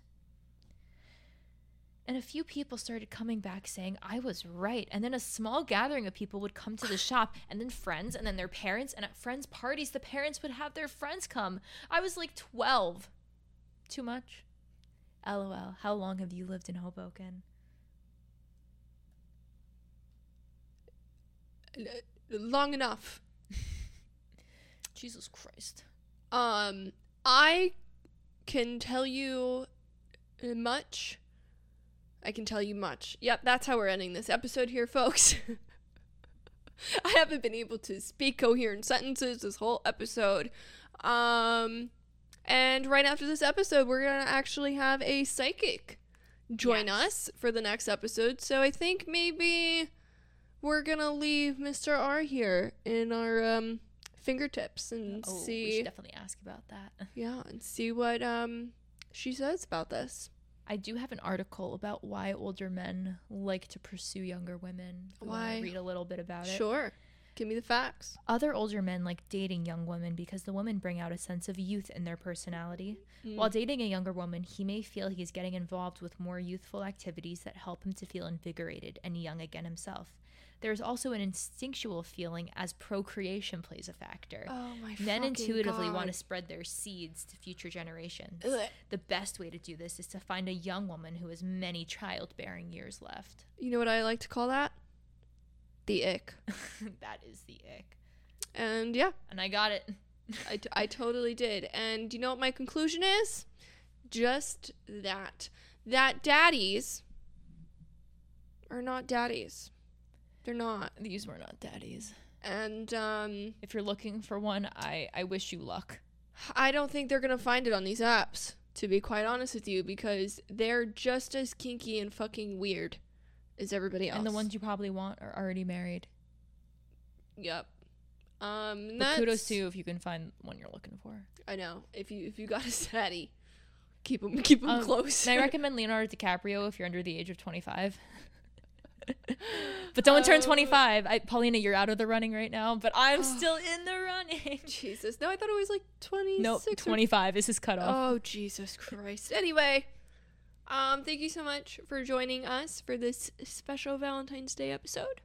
Speaker 1: And a few people started coming back saying I was right, and then a small gathering of people would come to the shop, and then friends, and then their parents, and at friends' parties, the parents would have their friends come. I was like 12. Too much? LOL, how long have you lived in Hoboken?
Speaker 2: L- uh, Long enough.
Speaker 1: Jesus Christ.
Speaker 2: Um, I can tell you much. I can tell you much. Yep, that's how we're ending this episode here, folks. I haven't been able to speak coherent sentences this whole episode. Um, and right after this episode, we're going to actually have a psychic join us for the next episode. So I think maybe we're going to leave Mr. R here in our um, fingertips and
Speaker 1: Oh,
Speaker 2: see.
Speaker 1: we should definitely ask about that.
Speaker 2: Yeah, and see what um she says about this.
Speaker 1: I do have an article about why older men like to pursue younger women. If you wanna
Speaker 2: Why?
Speaker 1: Read a little bit about it.
Speaker 2: Sure. Give me the facts.
Speaker 1: Other older men like dating young women because the women bring out a sense of youth in their personality.
Speaker 2: Mm.
Speaker 1: While dating a younger woman, he may feel he is getting involved with more youthful activities that help him to feel invigorated and young again himself. There is also an instinctual feeling as procreation plays a factor.
Speaker 2: Oh my
Speaker 1: Men
Speaker 2: fucking
Speaker 1: intuitively want to
Speaker 2: God.
Speaker 1: spread their seeds to future generations.
Speaker 2: Ugh.
Speaker 1: The best way to do this is to find a young woman who has many childbearing years left.
Speaker 2: You know what I like to call that? The ick.
Speaker 1: that is the ick.
Speaker 2: And yeah,
Speaker 1: And I got it.
Speaker 2: I, t- I totally did. And you know what my conclusion is? Just that. That daddies are not daddies. They're not.
Speaker 1: These were not daddies.
Speaker 2: And um
Speaker 1: If you're looking for one, I, I wish you luck.
Speaker 2: I don't think they're gonna find it on these apps, to be quite honest with you, because they're just as kinky and fucking weird as everybody else.
Speaker 1: And the ones you probably want are already married.
Speaker 2: Yep. Um. and
Speaker 1: But kudos
Speaker 2: that's-
Speaker 1: to you if you can find one you're looking for.
Speaker 2: I know. If you if you got a sadie, keep them keep them
Speaker 1: Um,
Speaker 2: close.
Speaker 1: And I recommend Leonardo DiCaprio if you're under the age of 25. but don't turn
Speaker 2: Oh.
Speaker 1: 25. I, Paulina, you're out of the running right now, but I'm still in the running.
Speaker 2: Jesus. No, I thought it was like twenty.
Speaker 1: nope, 25 is his cutoff.
Speaker 2: Oh Jesus Christ. Anyway, um, thank you so much for joining us for this special Valentine's Day episode.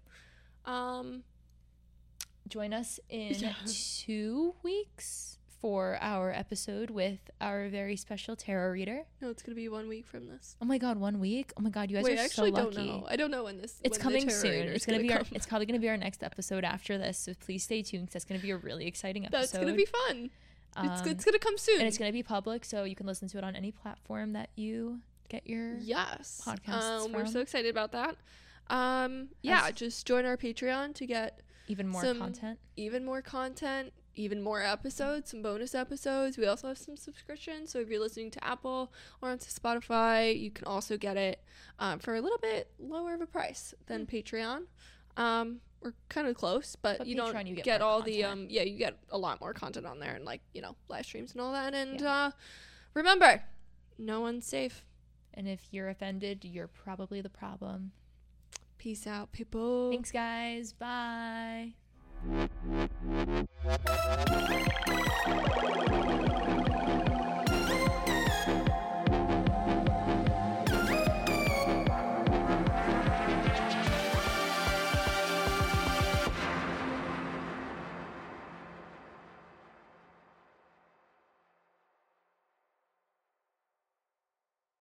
Speaker 2: Um,
Speaker 1: Join us in
Speaker 2: Yeah.
Speaker 1: two weeks for our episode with our very special tarot reader.
Speaker 2: no, it's gonna be one week from this.
Speaker 1: Oh my god, one week! Oh my god, you guys
Speaker 2: Wait,
Speaker 1: are
Speaker 2: I actually
Speaker 1: so lucky.
Speaker 2: don't know. I don't know when this. when
Speaker 1: It's
Speaker 2: the
Speaker 1: coming
Speaker 2: tarot
Speaker 1: soon.
Speaker 2: reader
Speaker 1: It's
Speaker 2: is
Speaker 1: gonna, be our.
Speaker 2: come.
Speaker 1: It's probably gonna be our next episode after this. So please stay tuned. 'cause That's gonna be a really exciting episode.
Speaker 2: That's gonna be fun. it's,
Speaker 1: Um,
Speaker 2: it's gonna come soon.
Speaker 1: and it's going to be public, so you can listen to it on any platform that you get your.
Speaker 2: yes
Speaker 1: podcasts
Speaker 2: um, we're
Speaker 1: from.
Speaker 2: so excited about that um yeah
Speaker 1: As-
Speaker 2: just join our patreon to get
Speaker 1: Even more
Speaker 2: some-
Speaker 1: content.
Speaker 2: even more content even more episodes, some bonus episodes. We also have some subscriptions. So if you're listening to Apple or onto Spotify, you can also get it um, for a little bit lower of a price than Patreon. Um, we're kind of close, but,
Speaker 1: Hmm. But
Speaker 2: you don't
Speaker 1: Patreon, you
Speaker 2: get,
Speaker 1: get more
Speaker 2: all the
Speaker 1: content.
Speaker 2: um, yeah, you get a lot more content on there and like you know live streams and all that. And uh, remember, no one's safe.
Speaker 1: And if you're offended, you're probably the problem.
Speaker 2: Oh. Peace out, people.
Speaker 1: Thanks, guys. Bye.